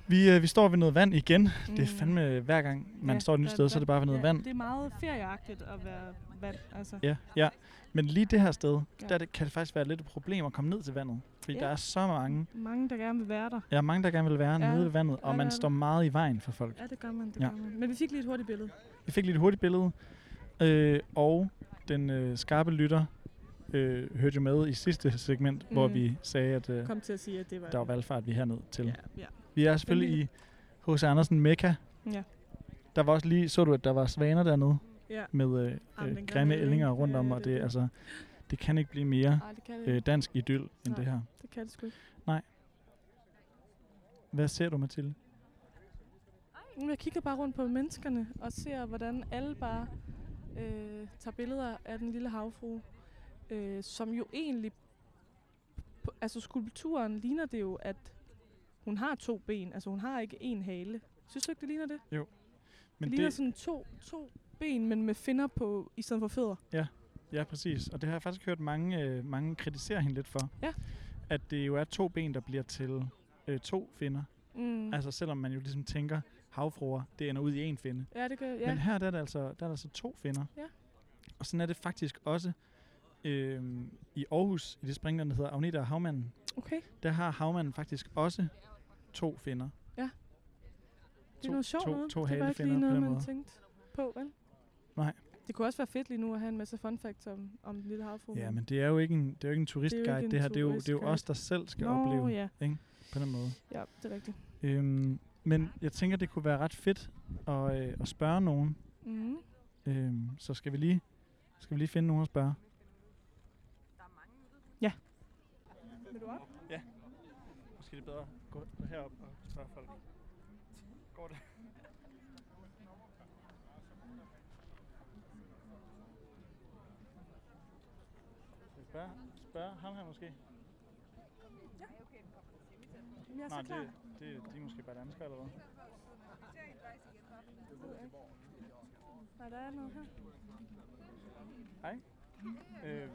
Vi, øh, vi står ved noget vand igen. Det er Mm. fandme øh, hver gang, man Ja, står et nyt der- sted, så er der- det bare ved noget ja, vand. Det er meget ferieagtigt at være vand, altså. Ja, ja. Men lige det her sted, Ja. der er det, kan det faktisk være lidt et problem at komme ned til vandet. Fordi Ja. der er så mange. Mange, der gerne vil være der. Der er mange, der gerne vil være Ja. nede ved vandet, Ja, og det er man der. står meget i vejen for folk. Ja, det gør man, det Ja. ja. gør man. Men vi fik lige et hurtigt billede. Vi fik lidt hurtigt billede, øh, og den øh, skarpe lytter øh, hørte jo med i sidste segment, mm. hvor Mm. vi sagde, at øh, Kom til at sige, at det var... der var valgfart, vi er herned til. Ja, Ja. ja. Vi er selvfølgelig i H.C. Andersen Mekka. Ja. Der var også lige, så du, at der var svaner dernede Ja. med øh, øh, Jamen, den grimme grimme ælling. ællinger rundt om, Ja, og det er det, det. altså, det kan ikke blive mere Nej, det kan det. øh, Øh. dansk idyl end Nej. det her. Det kan det sgu ikke. Hvad ser du, Mathilde? Men Jeg kigger bare rundt på menneskerne og ser, hvordan alle bare øh, tager billeder af den lille havfru, øh, som jo egentlig... På, altså skulpturen ligner det jo, at hun har to ben. Altså hun har ikke en hale. Synes du ikke, det ligner det? Men det Men ligner det, det... sådan to, to ben, men med finner på, i stedet for fødder. ja, præcis. Og det har jeg faktisk hørt mange, øh, mange kritisere hende lidt for. Ja. At det jo er to ben, der bliver til øh, to finder. Mm. Mm. Altså selvom man jo ligesom tænker, havfruer, det ender ud i en finde. ja, det gør Ja. Men ja. her der er, der altså, der er der så to finder. Ja. Og sådan er det faktisk også øh, i Aarhus, i det springvand, der hedder Agneta og Havmanden. Okay. Der har havmanden faktisk også to finder. Ja. Det er noget sjovt to, noget. to det var ikke halefinder lige på noget, den man måde. tænkte på, vel? Nej. Det kunne også være fedt lige nu at have en masse fun facts om, om den lille havfru. Ja, men det er jo ikke en, det er jo ikke en jo turistguide, ikke det, en her. Det er, jo, det er jo turistguide. os, der selv skal Nå, opleve ja. på den måde. ja, det er rigtigt. Øhm, men jeg tænker, det kunne være ret fedt at, øh, at spørge nogen. Mm. Øhm, så skal vi lige skal vi lige finde nogen at spørge. Vil du op? Måske det er bedre gå, gå herop og spørge folk. Går det? Spørge, spørge ham her måske? Jamen, jeg er Nej, så klar. det, det, de er måske bare danskere eller hvad? Nej, der er noget her. Øh,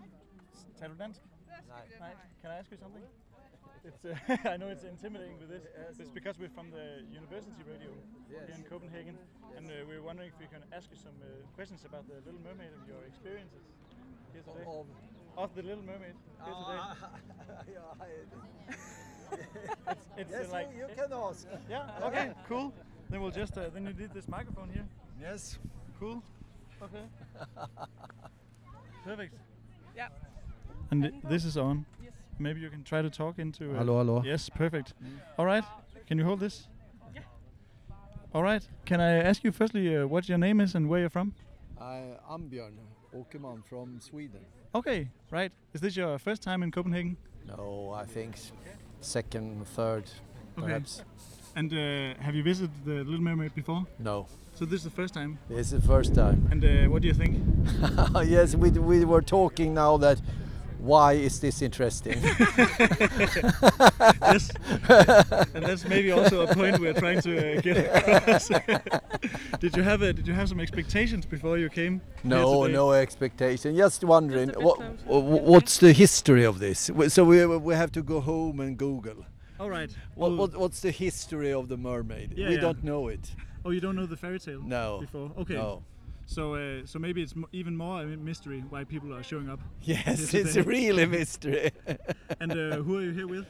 taler du dansk? Nej. Can I ask you something? It's, uh, <laughs> I know it's intimidating with this. It's because we're from the university radio here in Copenhagen, and uh, we're wondering if we can ask you some uh, questions about the Little Mermaid and your experiences here today. Of, Ah, the Little Mermaid here today. <laughs> It's, it's uh, like you can ask. yeah. Okay. Cool. Then we'll just uh, then you need this microphone here. Yes. Cool. Okay. Perfect. Yeah. And th- this is on. Yes. Maybe you can try to talk into. Hello, hello. Yes, perfect. All right. Can you hold this? All right. Can I ask you firstly uh, what your name is and where you're from? I, I'm Björn Åkerman from Sweden. Okay. Right. Is this your first time in Copenhagen? No, I think s- second, <laughs> third, Okay. perhaps. And uh, have you visited the Little Mermaid before? No, So this is the first time. this is the first <laughs> time. And uh, what do you think? Ah, yes, we, we were talking now that why is <laughs> this interesting? <laughs> yes. and that's maybe also a point we're trying to uh, get across. <laughs> did you have a, did you have some expectations before you came? no, today. no expectation. Just wondering, Just a bit what, closer. what's the history of this? W- So we, we have to go home and Google. All right. What, Well- what, what's the history of the mermaid? Yeah, we yeah. don't know it. Oh, you don't know the fairy tale? No. Before. Okay. <laughs> No. So, uh, so maybe it's m- even more a mystery why people are showing up. Yes, Yes, it's they- really mystery. And uh, who are you here with?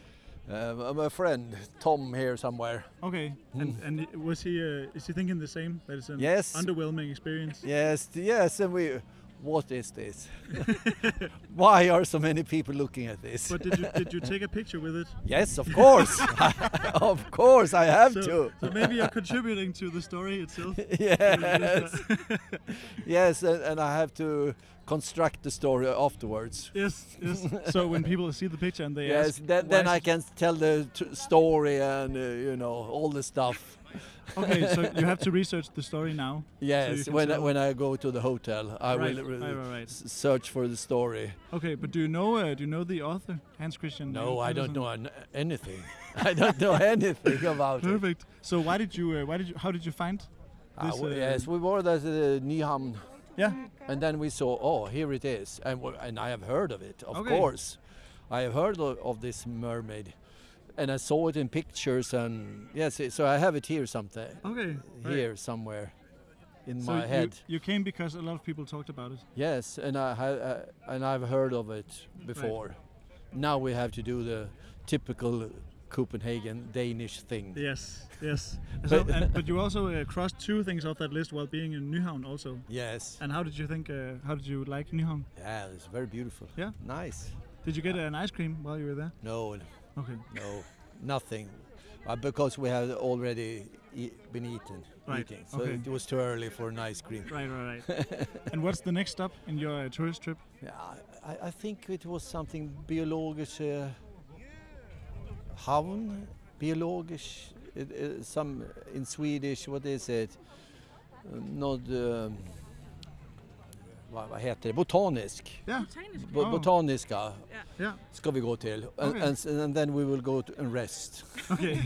Um, I'm a friend, Tom, here somewhere. Okay. And and i- was he? Uh, is he thinking the same? That it's an Yes. underwhelming experience. Yes, th- yes, and we. What is this? <laughs> Why are so many people looking at this? But did you did you take a picture with it? yes, of <laughs> course, <laughs> of course, I have So, to. so maybe you're contributing to the story itself. <laughs> Yes, yes, and, and I have to construct the story afterwards. yes. Yes. So when people see the picture and they Yes, ask, then, why then I is- can tell the t- story and uh, you know all the stuff. Okay, so you have to research the story now. Yes, can when I, tell. when I go to the hotel, right. I will right, re- right, right. s- search for the story. Okay, but do you know uh, do you know the author Hans Christian? No, I don't Andersen? know an- <laughs> anything. I don't know anything about it. Perfect. So why did you? Uh, why did you? How did you find? Ah, This, w- uh, yes, we were at the Niham, Yeah. and then we saw, oh, here it is, and w- and I have heard of it, of Okay. course. I have heard of, of this mermaid, and I saw it in pictures, and yes, i- so I have it here something, Okay. right. here somewhere, in So my you, head. you came because a lot of people talked about it. Yes, and I ha- uh, and I've heard of it before. Now we have to do the typical Copenhagen Danish thing. Yes. Yes. <laughs> So, and, but you also uh, crossed two things off that list while being in Nyhavn also. Yes. And how did you think? Uh, how did you like Nyhavn? Yeah, it's very beautiful. Yeah. Nice. Did you get an ice cream while you were there? No, n- Okay. no, nothing. Uh, because we had already e- been eaten, Right, eating, so okay. it was too early for an ice cream. Right. Right. Right. <laughs> and what's the next stop in your uh, tourist trip? Yeah, I- I, I think it was something biologisch uh, havn, biologisch, it, it, some in Swedish. What is it? Uh, Not. Um, vad, vad heter det? Botanisk. Yeah. Bo- Oh. Botaniska Yeah. ska vi gå till. And, Okay. and, s- and then we will go to and rest. Okay.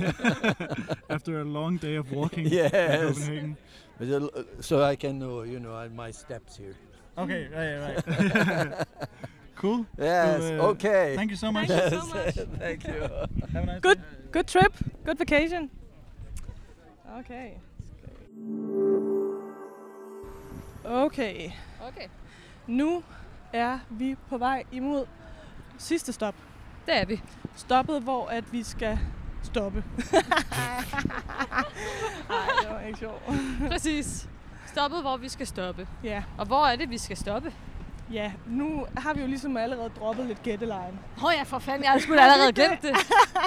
<laughs> After a long day of walking. in Yes. Copenhagen. But it'll- uh, so I can know, you know, I- my steps here. Okay, right, right. <laughs> cool. Yes, uh, okay. Thank you so much. Yes, <laughs> thank you. Have a nice Good, good trip. Good vacation. Okay. Okay. Okay, Nu er vi på vej imod sidste stop. det er vi. Stoppet, hvor at vi skal stoppe. <laughs> Nej, det var ikke sjovt. Præcis. Stoppet, hvor vi skal stoppe. Ja, Og hvor er det, vi skal stoppe? ja, nu har vi jo ligesom allerede droppet lidt gættelejen. Åh oh, ja, for fanden, jeg har sgu da allerede glemt det.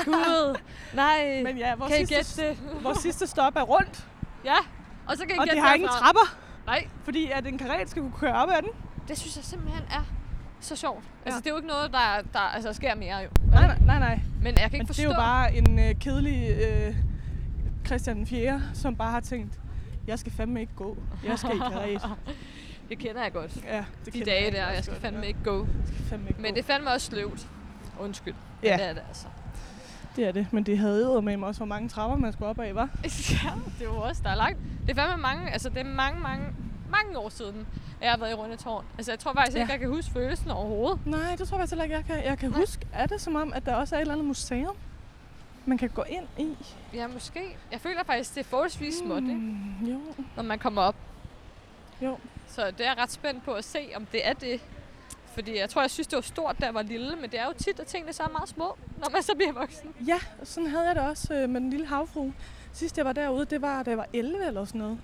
Gud. Nej, Men ja, vores kan I sidste, gætte det? vores sidste stop er rundt, Ja, og så kan I og gætte det har ingen derfra. trapper, Nej, fordi at en karet skal kunne køre op ad den. det synes jeg simpelthen er så sjovt. Altså, det er jo ikke noget, der, der altså, sker mere jo. Nej, nej, nej. nej. Men jeg kan ikke Men det forstå. er jo bare en øh, kedelig øh, Christian 4., som bare har tænkt, jeg skal fandme ikke gå. Jeg skal i <laughs> karet. <laughs> Det kender jeg godt. Ja, det De kender dage jeg der, også jeg skal godt. fandme Ja, ikke gå. jeg skal fandme ikke Men gå. det er fandme også sløvt. Undskyld. Ja. Det er det altså. det er det. Men det havde med mig også, hvor mange trapper man skulle op ad, var. <laughs> ja, det er jo også, der er langt. Det er fandme mange, altså det er mange, mange, mange år siden, at jeg har været i Rundetårn. Altså jeg tror faktisk ja. Ja. ikke, jeg kan huske følelsen overhovedet. Nej, det tror jeg faktisk heller ikke, jeg kan. Jeg kan Nej. huske, er det som om, at der også er et eller andet museum, man kan gå ind i. Ja, måske. Jeg føler faktisk, det er forholdsvis småt, ikke? Mm, Jo, når man kommer op. Jo. Så det er jeg ret spændt på at se, om det er det. Fordi jeg tror, jeg synes, det var stort, da jeg var lille, men det er jo tit, at tingene så er meget små, når man så bliver voksen. Ja, sådan havde jeg det også øh, med den lille havfru. Sidst jeg var derude, det var, da jeg var 11 eller sådan noget.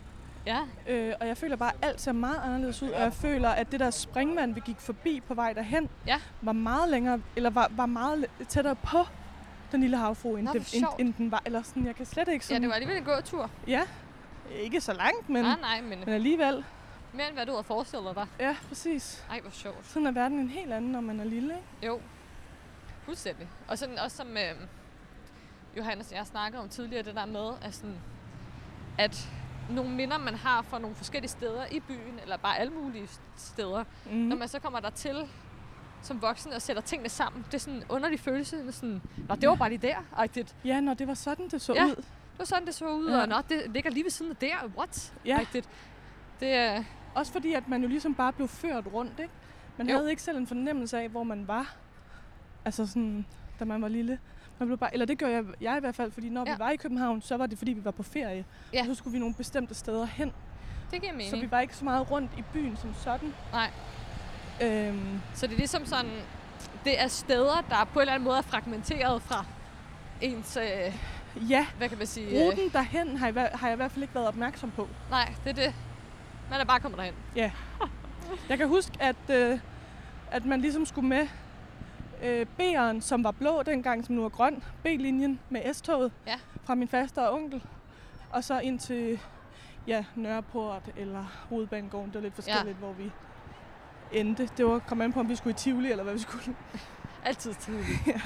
Ja, Øh, og jeg føler bare, at alt ser meget anderledes ud. Og jeg føler, at det der springvand, vi gik forbi på vej derhen, Ja. var meget længere, eller var, var meget l- tættere på den lille havfru, end, Nå, det, hvor end, sjovt. end den var. Eller sådan, jeg kan slet ikke ja sådan... det var alligevel en god tur. Ah, ja. Ikke så langt, men, Nej, nej, men men alligevel. mere end hvad du havde forestillet dig. Ja, præcis. Ej, hvor sjovt. Sådan er verden en helt anden, når man er lille, ikke? Jo, fuldstændig. Og sådan også som øh, Johannes og jeg snakkede om tidligere, det der med, at, sådan, at nogle minder, man har fra nogle forskellige steder i byen, eller bare alle mulige steder, mm. Mm. når man så kommer der til som voksen og sætter tingene sammen, det er sådan en underlig følelse. med Sådan, Nå, det var bare lige der. Ej, det, det Ja, når det var sådan, det så Ja. ud. var sådan, det så ud, Ja. og nå, det ligger lige ved siden af der. What? Ja. Ej, det, det, øh, er- Også fordi, at man jo ligesom bare blev ført rundt, ikke? Man Jo. jo. havde ikke selv en fornemmelse af, hvor man var. Altså sådan, da man var lille. Man blev bare, eller det gjorde jeg, jeg i hvert fald, fordi når Ja. vi var i København, så var det fordi, vi var på ferie. Ja. Og så skulle vi nogle bestemte steder hen. det giver Så vi mening. var ikke så meget rundt i byen som sådan. Nej. Øhm, Så det er ligesom sådan, det er steder, der på en eller anden måde er fragmenteret fra ens, øh, ja, hvad kan man sige? øh, ruten derhen har jeg, hver- har jeg i hvert fald ikke været opmærksom på. Nej, det er det. Man er bare kommet derhen. Jeg kan huske, at, øh, at man ligesom skulle med øh, B'eren, som var blå dengang, som nu er grøn, B-linjen med S-toget Ja. fra min faste og onkel, og så ind til ja, Nørreport eller Hovedbanegården. Det var lidt forskelligt, ja. hvor vi endte. Det var kom an på, om vi skulle i Tivoli eller hvad vi skulle. <laughs> Altid tidligt. ja.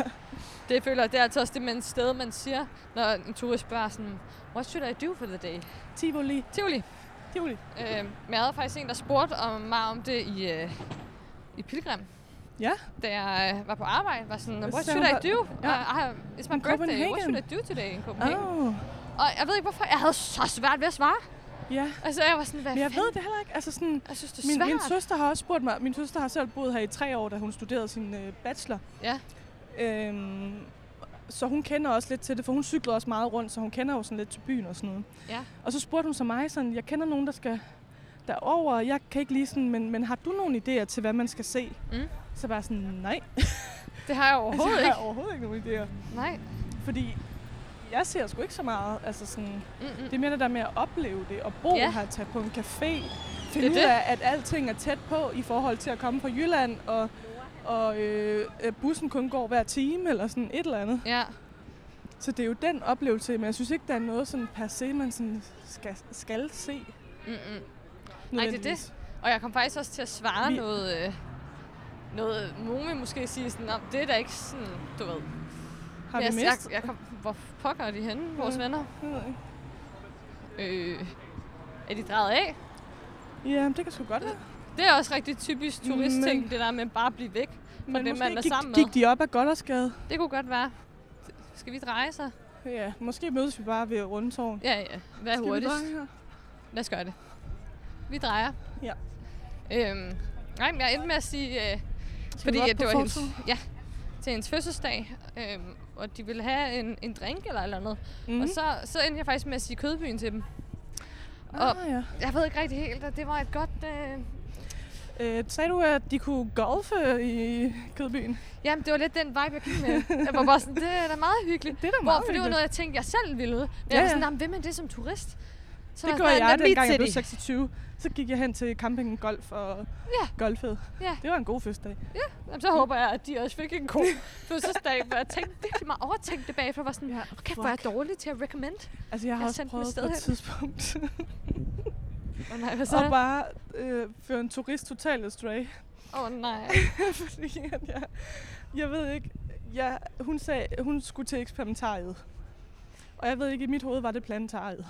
Det føler jeg, det er altså også det man sted, man siger, når en turist spørger sådan, what should I do for the day? Tivoli. Tivoli. Tivoli. Øh, men jeg havde faktisk en, der spurgte om, mig om det i, øh, i Pilgrim. Ja. Da jeg øh, var på arbejde, var sådan, what Så should var- I do? Ja. Ja. Uh, it's my birthday. What Copenhagen. should I do today in Copenhagen? Oh. Oh, Og jeg ved ikke hvorfor, jeg havde så svært ved at svare. ja. Altså jeg var sådan, hvad Men jeg fanden? ved det heller ikke. Altså sådan, Jeg synes, det er min, svært. min søster har også spurgt mig. Min søster har selv boet her i tre år, da hun studerede sin øh, bachelor. Ja. Øhm, så hun kender også lidt til det, for hun cykler også meget rundt, så hun kender jo sådan lidt til byen og sådan noget. Ja. Og så spurgte hun så mig sådan, jeg kender nogen, der skal derover, og jeg kan ikke lige sådan, men, men har du nogle idéer til, hvad man skal se? Mm. Så var jeg sådan, nej, Det har jeg overhovedet jeg ikke. har overhovedet ikke nogen idéer. Nej. Fordi jeg ser sgu ikke så meget. Altså sådan, Mm-mm. det er mere det der med at opleve det, og bo Ja. ja. her, tage på en café, finde ud det. af, at alting er tæt på i forhold til at komme fra Jylland, og, og øh, at bussen kun går hver time, eller sådan et eller andet. Ja. Så det er jo den oplevelse, men jeg synes ikke, der er noget sådan per se, man sådan skal, skal se. Mm-mm. det er nødvendigvis. Og jeg kom faktisk også til at svare Vi- noget, øh, noget, nogen vil måske sige sådan, om det er da ikke sådan, du ved. Har vi jeg, jeg, mistet? jeg kom, hvor pokker er de henne, vores Ja. venner? Jeg ved ikke. Øh, er de drejet af? Ja, det kan sgu godt være. Det er også rigtig typisk turistting, Men- det der med bare at blive væk. Men det, måske man er gik, sammen med. gik de op ad Goddersgade. Det kunne godt være. Skal vi dreje sig? Ja, måske mødes vi bare ved Rundetårn. Ja, ja. Hvad er Skal vi hurtigst? bare her? Lad os gøre det. Vi drejer. Ja. Øhm, nej, men jeg endte med at sige, øh, Skal vi fordi op at på det var hendes, fortovet? ja, til hendes fødselsdag, øhm, og de ville have en, en drink eller et eller andet. Mm. Mm. Og så, så endte jeg faktisk med at sige kødbyen til dem. ah, ja. Jeg ved ikke rigtig helt, og det var et godt... Øh, Øh, sagde du, at de kunne golfe i Kødbyen? Jamen, det var lidt den vibe, jeg gik med. Jeg var bare sådan, det er da meget hyggeligt. Det er da <laughs> Hvor, meget for det var hyggeligt. noget, jeg tænkte, jeg selv ville. Men ja, Ja, jeg var ja. sådan, "Jamen, hvem er det som turist? Så Det var gjorde sådan, jeg, "Nå, mit dengang jeg blev city." 26. Så gik jeg hen til camping, golf og Ja. golfede. Ja. Det var en god fødselsdag. Jamen, så håber jeg, at de også fik en god fødselsdag, for jeg tænkte virkelig meget overtænkt det bagefter. Jeg var sådan, "Åh, kæft, hvor er jeg dårlig til at recommend. Altså, jeg har Jeg også sendte dem prøvet på afsted et hen. tidspunkt <laughs> Åh nej, hvad så? at bare øh, føre en turist totalt astray. <laughs> Åh oh, nej. Fordi at jeg, jeg ved ikke, jeg, hun sagde, hun skulle til eksperimentariet. Og jeg ved ikke, i mit hoved var det <laughs> planetariet.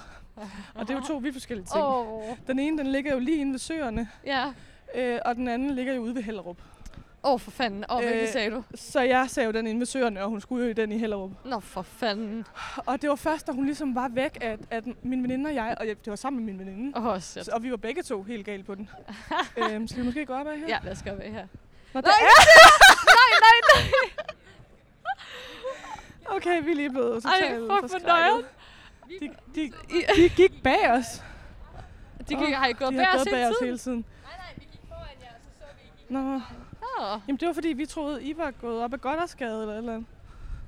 Og det er jo to vidt forskellige ting. Oh. Åh, oh, Den ene, den ligger jo lige inde ved søerne, ja. øh, og den anden ligger jo ude ved Hellerup. Åh, oh, for fanden. Åh, oh, øh, Øh, sagde du? Så jeg sagde jo den inde ved søerne, og hun skulle jo i den i Hellerup. Nå, for fanden. Og det var først, da hun ligesom var væk, at, at min veninde og jeg, og jeg, det var sammen med min veninde, Åh, oh, shit. så, og vi var begge to helt galt på <laughs> den. øhm, skal vi måske gå op af her? Ja, lad os gå væk <laughs> her. Nå, der- Nej, nej, nej, nej. Okay, vi er lige blevet Ej, totalt fuck, hvor nøjeren. De, de, de gik bag os. De gik, Åh, har I gået De bag har os gået bag hele os tiden? hele tiden. Nej, nej, vi gik foran jer, og så så vi ikke. Åh. Nå, jamen det var fordi, vi troede, I var gået op ad Goddersgade eller et eller andet.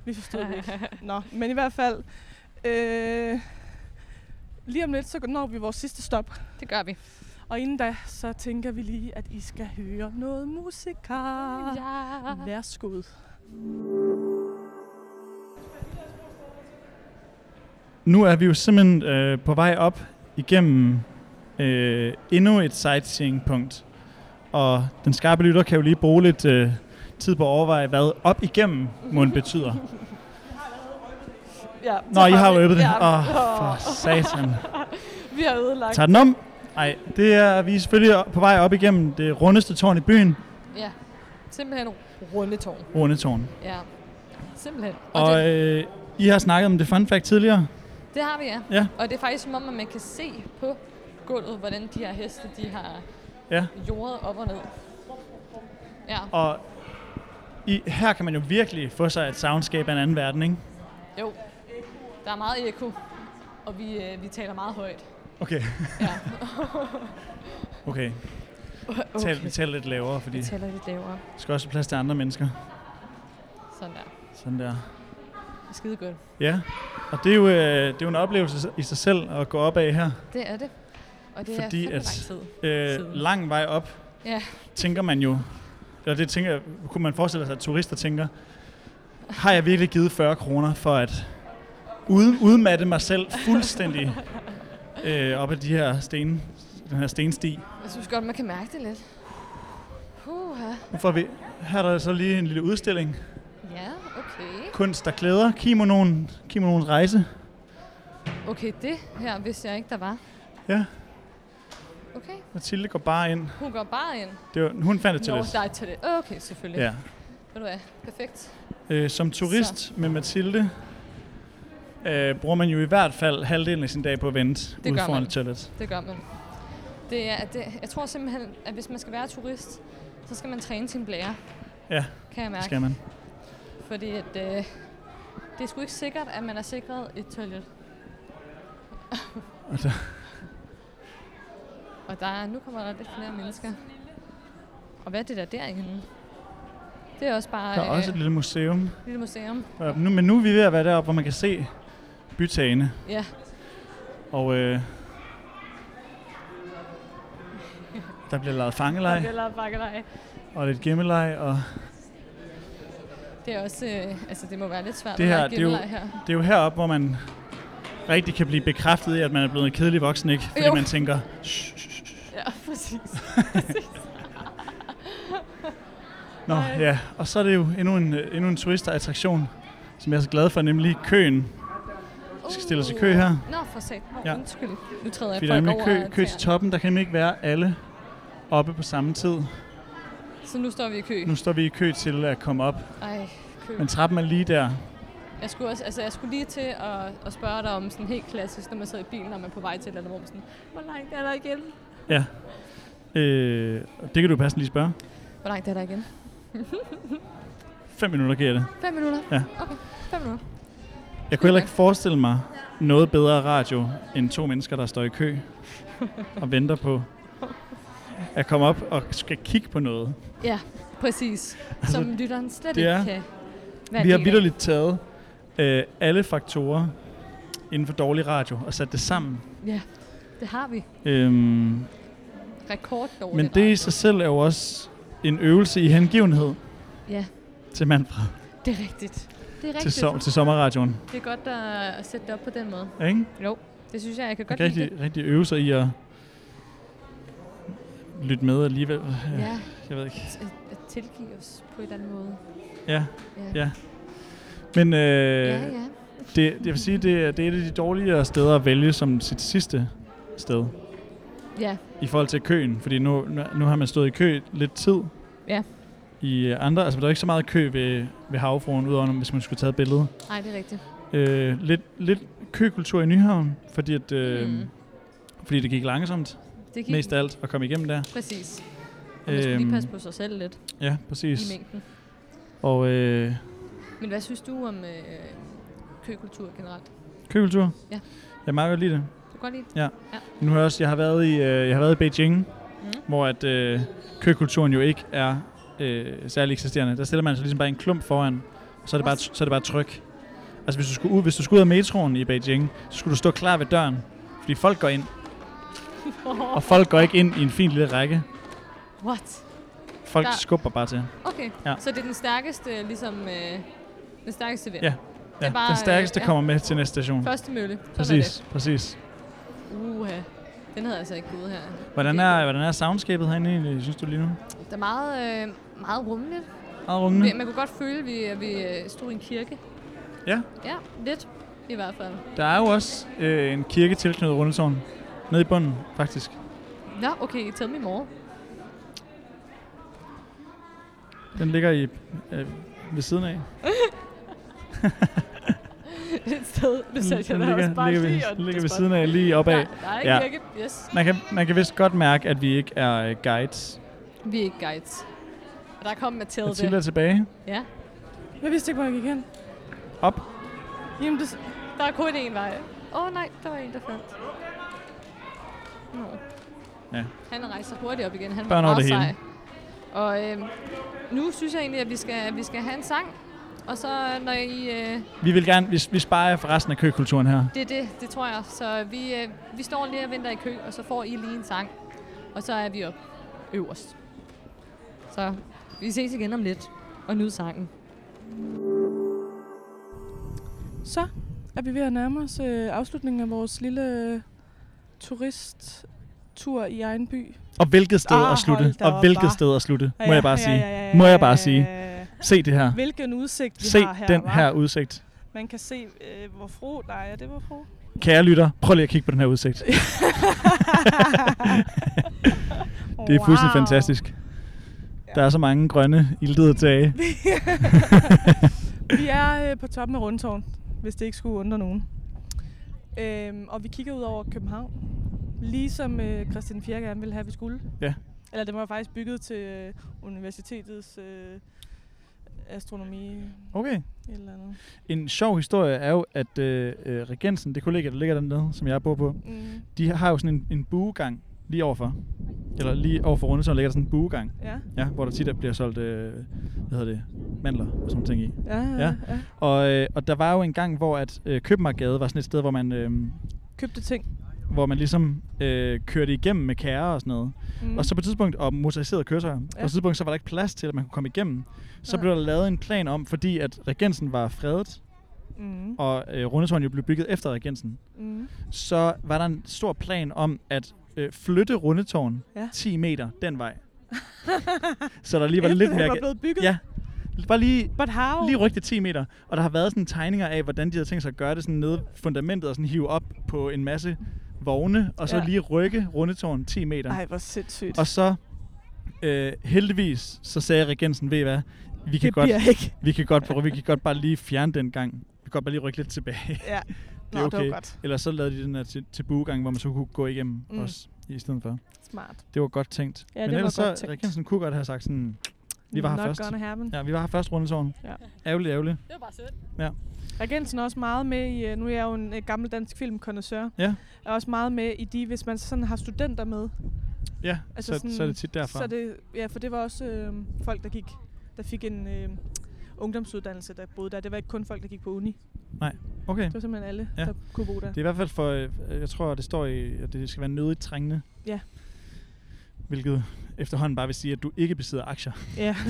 Vi forstod det ikke. <laughs> Nå, men i hvert fald... Øh, lige om lidt, så når vi vores sidste stop. Det gør vi. Og inden da, så tænker vi lige, at I skal høre noget musik. Ja. Værsgod. Nu er vi jo simpelthen øh, på vej op igennem øh, endnu et sightseeing-punkt. Og den skarpe lytter kan jo lige bruge lidt øh, tid på at overveje, hvad op igennem mund betyder. Ja, Nå, I har vi- røbet det. Ja, Åh, oh, for satan. vi har ødelagt. Tag den om. Nej, det er, vi er selvfølgelig på vej op igennem det rundeste tårn i byen, ja. Simpelthen rundetårn. Rundetårn. Ja. Simpelthen. Og, og det, Og øh, I har snakket om det fun fact tidligere. det, har vi, ja. Ja. Og det er faktisk som om, at man kan se på gulvet, hvordan de her heste, de har Ja. jordet op og ned. Ja, Og i, her kan man jo virkelig få sig et soundscape af en anden verden, ikke? jo. Der er meget eko, og vi, øh, vi taler meget højt. Okay. Ja. <laughs> okay. Tal, vi taler lidt lavere, fordi Vi der taler lidt lavere. skal også være plads til andre mennesker. Sådan der. Sådan der. Skide godt. Ja, og det er jo, øh, det er jo en oplevelse i sig selv at gå op af her. Det er det. Og det Fordi er fandme at- lang tid. Øh, Siden. lang vej op, Ja. tænker man jo, eller det tænker, jeg- kunne man forestille sig, at turister tænker, har jeg virkelig givet 40 kroner for at ud, udmatte mig selv <laughs> fuldstændig øh, op ad de her sten, den her stensti? Jeg synes godt, man kan mærke det lidt. Puh, Nu får vi, her er der så lige en lille udstilling. ja, okay. Kunst, der klæder. Kimonoen, kimonoens rejse. Okay, det her vidste jeg ikke, der var. Ja. Okay, Mathilde går bare ind. hun går bare ind. Det var, hun fandt det til Nå, det. der er et toilet. Okay, selvfølgelig. Ja. Ved du hvad? Perfekt. Øh, som turist så. med Mathilde øh, bruger man jo i hvert fald halvdelen af sin dag på at vente Det ude gør foran man. et toilet. Det gør man. Det er, at det, jeg tror simpelthen, at hvis man skal være turist, så skal man træne sin blære. Ja, Kan jeg Det mærke. skal man. Fordi at, øh, det er sgu ikke sikkert, at man er sikret et toilet. Og der- Og der er, nu kommer der lidt flere mennesker. Og hvad er det der derinde? Det er også bare Der er også et et lille museum. lille museum. Og Nu, men nu er vi ved at være deroppe, hvor man kan se bytagene. Ja. Og øh, der bliver lavet fangeleg Eller bakkelej. og lidt gemmeleg. Og Det er også, øh, altså det må være lidt svært Det det her, her, at det er jo- lege her. det er jo heroppe, hvor man rigtig kan blive bekræftet i, at man er blevet en kedelig voksen, ikke? Fordi Jo. jo. man tænker, Ja, præcis. Nå, ja. Og så er det jo endnu en, øh, endnu en turistattraktion, som jeg er så glad for, nemlig køen. Vi skal stille os i kø her. Nå, for sat. Oh, ja. Ja. Undskyld. Nu træder jeg Fordi der er folk nemlig over. kø, kø til tæerne. toppen. Der kan nemlig ikke være alle oppe på samme tid. Så nu står vi i kø. Nu står vi i kø til at komme op. Ej, kø. Mm. Men trappen er lige der. Jeg skulle, også, altså, jeg skulle lige til at, at spørge dig om sådan helt klassisk, når man sidder i bilen, og man er på vej til et eller andet rum. Sådan, hvor langt er der igen? Øh, og det kan du passende lige spørge. Hvor langt er der igen? 5 minutter giver det. 5 minutter? Ja. Okay, 5 minutter. Jeg kunne heller ikke forestille mig noget bedre radio, end to mennesker, der står i kø og venter på, at komme op og skal kigge på noget. Præcis. Altså, Som lytteren slet det ikke er- kan være Vi har en del af. vidderligt taget øh, alle faktorer inden for dårlig radio og sat det sammen. Det har vi. Øhm, Rekorddårligt. men det i sig selv er jo også en øvelse i hengivenhed. Ja. Til Manfred, Det er rigtigt. Det til, er rigtigt. som, til sommerradioen. Det er godt at at sætte det op på den måde. Ikke? Det synes jeg, jeg kan Man godt kan lide det. rigtig, rigtig øve sig i at lytte med alligevel. Ja, Jeg ved ikke. at, at tilgive os på en eller anden måde. Ja, Ja. ja. Men øh, Ja, ja. Det, jeg vil sige, det er, det er et af de dårligere steder at vælge som sit sidste sted. Ja. I forhold til køen, fordi nu, nu, nu har man stået i kø lidt tid. Ja. I øh, andre, altså der er ikke så meget kø ved, ved havfruen, udover hvis man skulle tage et billede. Nej, det er rigtigt. Øh, lidt, lidt køkultur i Nyhavn, fordi, at, øh, Mm. mm. fordi det gik langsomt, Det gik. mest af alt, at komme igennem der. Præcis. Og man skal lige Øhm, passe på sig selv lidt Ja, i præcis. mængden. Og øh, Men hvad synes du om øh, køkultur generelt? køkultur. Ja. Jeg kan meget godt lide det. Du kan godt lide det? Nu har jeg også, jeg har været i, øh, jeg har været i Beijing, Mm. mm. hvor at øh, køkulturen jo ikke er øh, særlig eksisterende. Der stiller man sig ligesom bare en klump foran, og så er det bare, så er det bare tryk. Altså hvis du skulle ud, hvis du skulle ud af metroen i Beijing, så skulle du stå klar ved døren, fordi folk går <laughs> ind. og folk går ikke ind i en fin lille række. What? Folk Der- der. skubber bare til. Okay, Ja. så det er den stærkeste, ligesom, øh, den stærkeste vind. Ja. Ja, bare, den stærkeste øh, øh, ja. ja. kommer med til næste station. Første mølle. Sådan Er Præcis, præcis. det. Uha. Den havde jeg altså ikke gået her. Hvordan Det er, hvordan er soundscapet herinde egentlig, synes du lige nu? Det er meget, øh, meget rummeligt. Meget Vi- rungende. Man kunne godt føle, at vi, at vi øh, stod i en kirke. Ja. Ja, lidt i hvert fald. Der er jo også øh, en kirke tilknyttet Rundetårn. Nede i bunden, faktisk. Nå, okay, tell me more. Den ligger i, øh, ved siden af. <laughs> Et sted, hvis jeg Mm, den der også bare ligger, lige, og ved, ligger ved det siden af, lige opad. Der, der er en Ja. kirke, yes. Man kan, man kan vist godt mærke, at vi ikke er øh, guides. Vi er ikke guides. Og der kom Mathilde. Mathilde er tilbage. Jeg vidste ikke, hvor jeg gik hen. Op. Jamen, det, s- Der er kun én vej. Åh oh, nej, der var en, der faldt. Nå. Ja. Han rejser hurtigt op igen. Han var Børn over det meget sej. hele. Og øh, nu synes jeg egentlig, at vi skal, at vi skal have en sang. Og så når I... Øh, Vi vil gerne, vi, vi sparer jer for resten af køkulturen her. det er det, det tror jeg. Så vi, øh, vi står lige og venter i kø, og så får I lige en sang. Og så er vi op øverst. Så vi ses igen om lidt. Og nyd sangen. så er vi ved at nærme os øh, afslutningen af vores lille øh, turisttur i egen by. Og hvilket sted Ah, at slutte. hold da Og op, hvilket hva? sted at slutte, Ja, må jeg bare ja, sige. ja, ja, Må ja, jeg bare ja, sige. ja, ja. Se det her. Hvilken udsigt vi Se har her, den hva? her udsigt. Man kan se, øh, hvor fro der er. Det var fro. Kære lytter, prøv lige at kigge på den her udsigt. <laughs> Det er fuldstændig Wow. fantastisk. Der er så mange grønne, iltede <laughs> tage. Vi er øh, på toppen af Rundtårn, hvis det ikke skulle undre nogen. Øhm, og vi kigger ud over København, ligesom øh, Christian Fjerg gerne ville have, vi skulle. Ja. Eller det var faktisk bygget til øh, universitetets øh, astronomi Okay. eller andet. En sjov historie er jo, at øh, øh, Regensen, det kollega, der ligger dernede, som jeg bor på, Mm, de har jo sådan en, en buegang lige overfor. Eller lige overfor Rundesøen ligger der sådan en buegang, ja. ja, hvor der tit er- bliver solgt, øh, hvad hedder det, mandler og sådan nogle ting i. Ja, ja. Ja. ja. Og, øh, og der var jo en gang, hvor at øh, Købmagergade var sådan et sted, hvor man, øh, Købte ting. hvor man ligesom øh, kørte igennem med kære og sådan noget. Mm. Og så på et tidspunkt, og motoriserede køretøjer, ja. og på et tidspunkt, så var der ikke plads til, at man kunne komme igennem. Så Nej. blev der lavet en plan om, fordi at Regensen var fredet, Mm. og øh, Rundetårn jo blev bygget efter Regensen. Mm. Så var der en stor plan om at øh, flytte Rundetårn Ja. ja. 10 meter den <laughs> vej. så der lige var lidt mere... Det var blevet bygget. Ja, bare lige, But how? lige rykke det 10 meter. Og der har været sådan tegninger af, hvordan de havde tænkt sig at gøre det sådan nede fundamentet og sådan hive op på en masse vogne, og så Ja. ja. lige rykke Rundetårn 10 meter. Ej, hvor sindssygt. Og så, øh, heldigvis, så sagde regensen, ved I hvad, vi kan, det godt, bliver ikke. vi, kan godt, prøve, vi kan godt bare lige fjerne den gang. Vi kan godt bare lige rykke lidt tilbage. <laughs> Ja. Det er Nå, det okay. var godt. Eller så lavede de den her til, til buegang, hvor man så kunne gå igennem Mm. mm. os i stedet for. Smart. Det var godt tænkt. Ja, Men det var ellers godt så, tænkt. regensen kunne godt have sagt sådan, Vi var her Not først. gonna happen. ja, vi var her først rundetårn. Ja. Ærgerligt, ærgerligt. Det var bare sødt. Regensen er også meget med i, øh, nu er jeg jo en øh, gammel dansk filmkondensør, Ja. er også meget med i de, hvis man sådan har studenter med, Ja, altså Altså så, sådan- sådan, så er det tit derfra. Så det, ja, for det var også øh, folk, der gik, der fik en øh, ungdomsuddannelse, der boede der. Det var ikke kun folk, der gik på uni. okay. Det var simpelthen alle, ja. Ja. der kunne bo der. Det er i hvert fald for, øh, jeg tror, det står i, at det skal være nødigt trængende. Ja. Hvilket efterhånden bare vil sige, at du ikke besidder aktier. Ja. <laughs>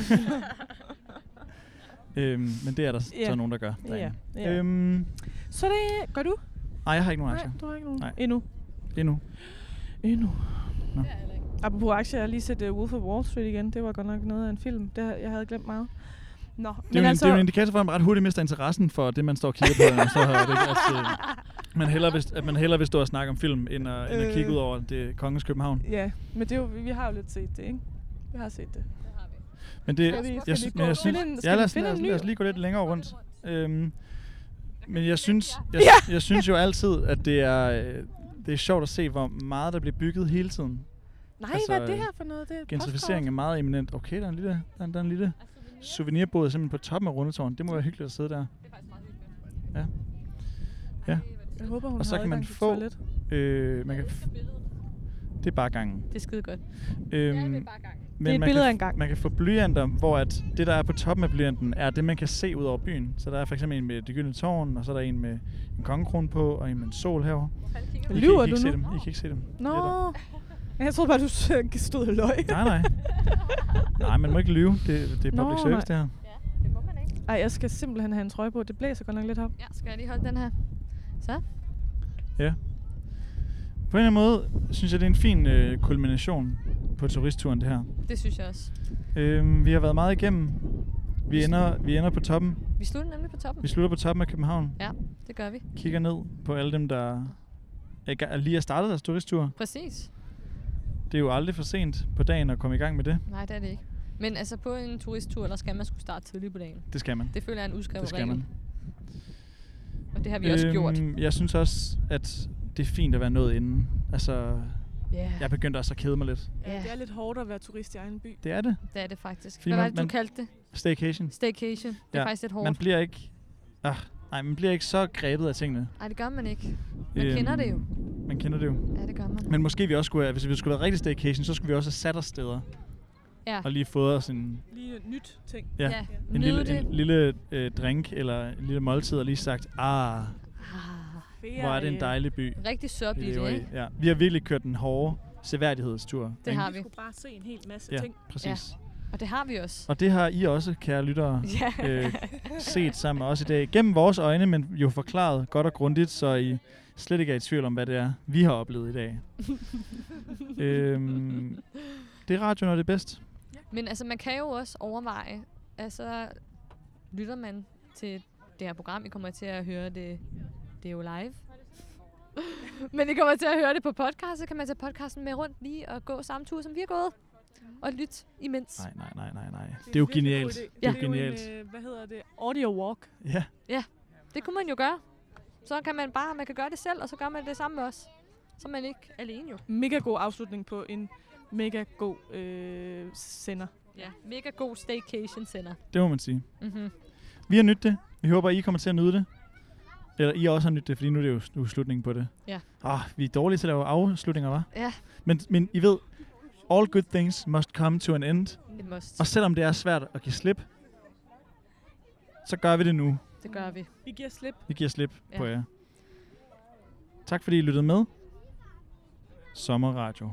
Øhm, men det er der Ja. så nogen, der gør. ja. derinde. ja. Øhm. Øhm, Så det, gør du? nej, jeg har ikke nogen Nej, aktier du har ikke nogen. Nej. Endnu. endnu. Endnu. Nå. Apropos aktier, jeg har lige set uh, Wolf of Wall Street igen. Det var godt nok noget af en film. Det, har- jeg havde glemt meget. Nå, Det er, jo, altså, det er jo en indikator for, at man ret hurtigt mister interessen for det, man står og kigger på. og så har det, ikke, <laughs> at, øh, man hellere vil, at man hellere vil stå og snakke om film, end at, end at kigge Øh. ud over det kongens København. Ja, men det er jo, vi vi har jo lidt set det, ikke? Vi har set det. Men det, Skal vi- jeg, skal jeg, vi sy- gå- men jeg skal vi synes, finde en- skal ja, vi lad os, finde lad, os, en ny? lad os lige gå lidt længere rundt. Øhm, men jeg synes, jeg, jeg synes jo altid, at det er, øh, det er sjovt at se, hvor meget der bliver bygget hele tiden. Nej, altså, Altså, hvad er det øh, her for noget? Det er et Gentrificering er meget eminent. Okay, der er en lille, der er, en- der er en lille souvenirbod simpelthen på toppen af Rundetårn. Det må være hyggeligt at sidde der. podcast. Jeg håber, hun og så har kan man adgang til få- toilet. Øh, man kan f- det er bare gangen. Det er skide godt. Øhm, ja, det er et man billede kan, af en gang. Man kan få blyanter, hvor at det, der er på toppen af blyanten, er det, man kan se ud over byen. Så der er for eksempel en med det gyldne tårn, og så er der en med en kongekrone på, og en med en sol herovre. I Lyver kan, I kan du nu? ikke Se dem. I kan ikke se dem. Det er Nå. der. Jeg troede bare, du s- øh, stod og løg. Nej, nej. Nej, man må ikke lyve. Det, det er Nå, public service, nej. det her. Det må man ikke. Ej, jeg skal simpelthen have en trøje på. Det blæser godt nok lidt op. Ja, skal jeg lige holde den her? Så. På en eller anden måde synes jeg, det er en fin øh, kulmination på turistturen, det her. Det synes jeg også. Øh, vi har været meget igennem. Vi ender, vi ender på toppen. Vi slutter nemlig på toppen. Vi slutter på toppen af København. Det gør vi. Kigger ned på alle dem, der er i ga- lige har startet deres turisttur. Præcis. Det er jo aldrig for sent på dagen at komme i gang med det. Nej, det er det ikke. Men altså på en turisttur, der skal man skulle starte tidligt på dagen. Det skal man. Det føler jeg er en Det udskrevet skal man. regel. Og det har vi øhm, også gjort. Jeg synes også, at det er fint at være nået inden. Altså, Ja, jeg begyndte også at kede mig lidt. Ja. Ja. Det er lidt hårdt at være turist i egen by. Det er det. det er det faktisk. Fordi Hvad var man- det, du man- kaldte det? Staycation. Staycation. Det er Ja, faktisk lidt Man hårdt. bliver ikke... Ah, nej, man bliver ikke så grebet af tingene. Nej, det gør man ikke. Man Øhm, kender det jo. Man kender det jo. Ja, det gør man. Men måske vi også skulle have, hvis vi skulle have været rigtig staycation, så skulle vi også have sat os steder. Ja. Og lige fået os en, Lige et nyt ting. ja, ja. en Nyde lille, det. en lille øh, drink eller en lille måltid og lige sagt, ah, Ah, Ferie. hvor er det en dejlig by. rigtig sørgelig Vi, det, lever i. ikke? Ja. vi har virkelig kørt den hårde seværdighedstur. Det har Vi vi. skulle bare se en hel masse Ja, ting. præcis. Ja. Og det har vi også. Og det har I også, kære lyttere, <laughs> Ja. øh, set sammen med os i dag. Gennem vores øjne, men jo forklaret godt og grundigt, så I slet ikke er i tvivl om, hvad det er, vi har oplevet i dag. øhm, det er radioen, når det er bedst. Men altså, man kan jo også overveje, altså, lytter man til det her program, I kommer til at høre det, det er jo <laughs> live. Men I kommer til at høre det på podcast, så kan man tage podcasten med rundt lige og gå samme tur, som vi har gået. Og lytte imens. Nej, nej, nej, nej, nej. Det er jo virkelig en god genialt. idé. Det er jo en, genialt. øh, hvad hedder det? Audio walk. Ja, Det kunne man jo gøre. Så kan man bare, man kan gøre det selv, og så gør man det sammen med os. Så er man ikke alene jo. Mega god afslutning på en mega god øh, sender. Ja, mega god staycation center. det må man sige. Mm-hmm. Vi har nydt det. Vi håber, I kommer til at nyde det. Eller I også har nydt det, fordi nu er det jo nu er slutningen på det. Ja. Ah, vi er dårlige til at lave afslutninger, var? Ja. Men, men I ved, all good things must come to an end. Det must. Og selvom det er svært at give slip, så gør vi det nu. Det gør vi. Vi giver slip. Vi giver slip ja. på Ja. jer. Tak fordi I lyttede med. Sommerradio.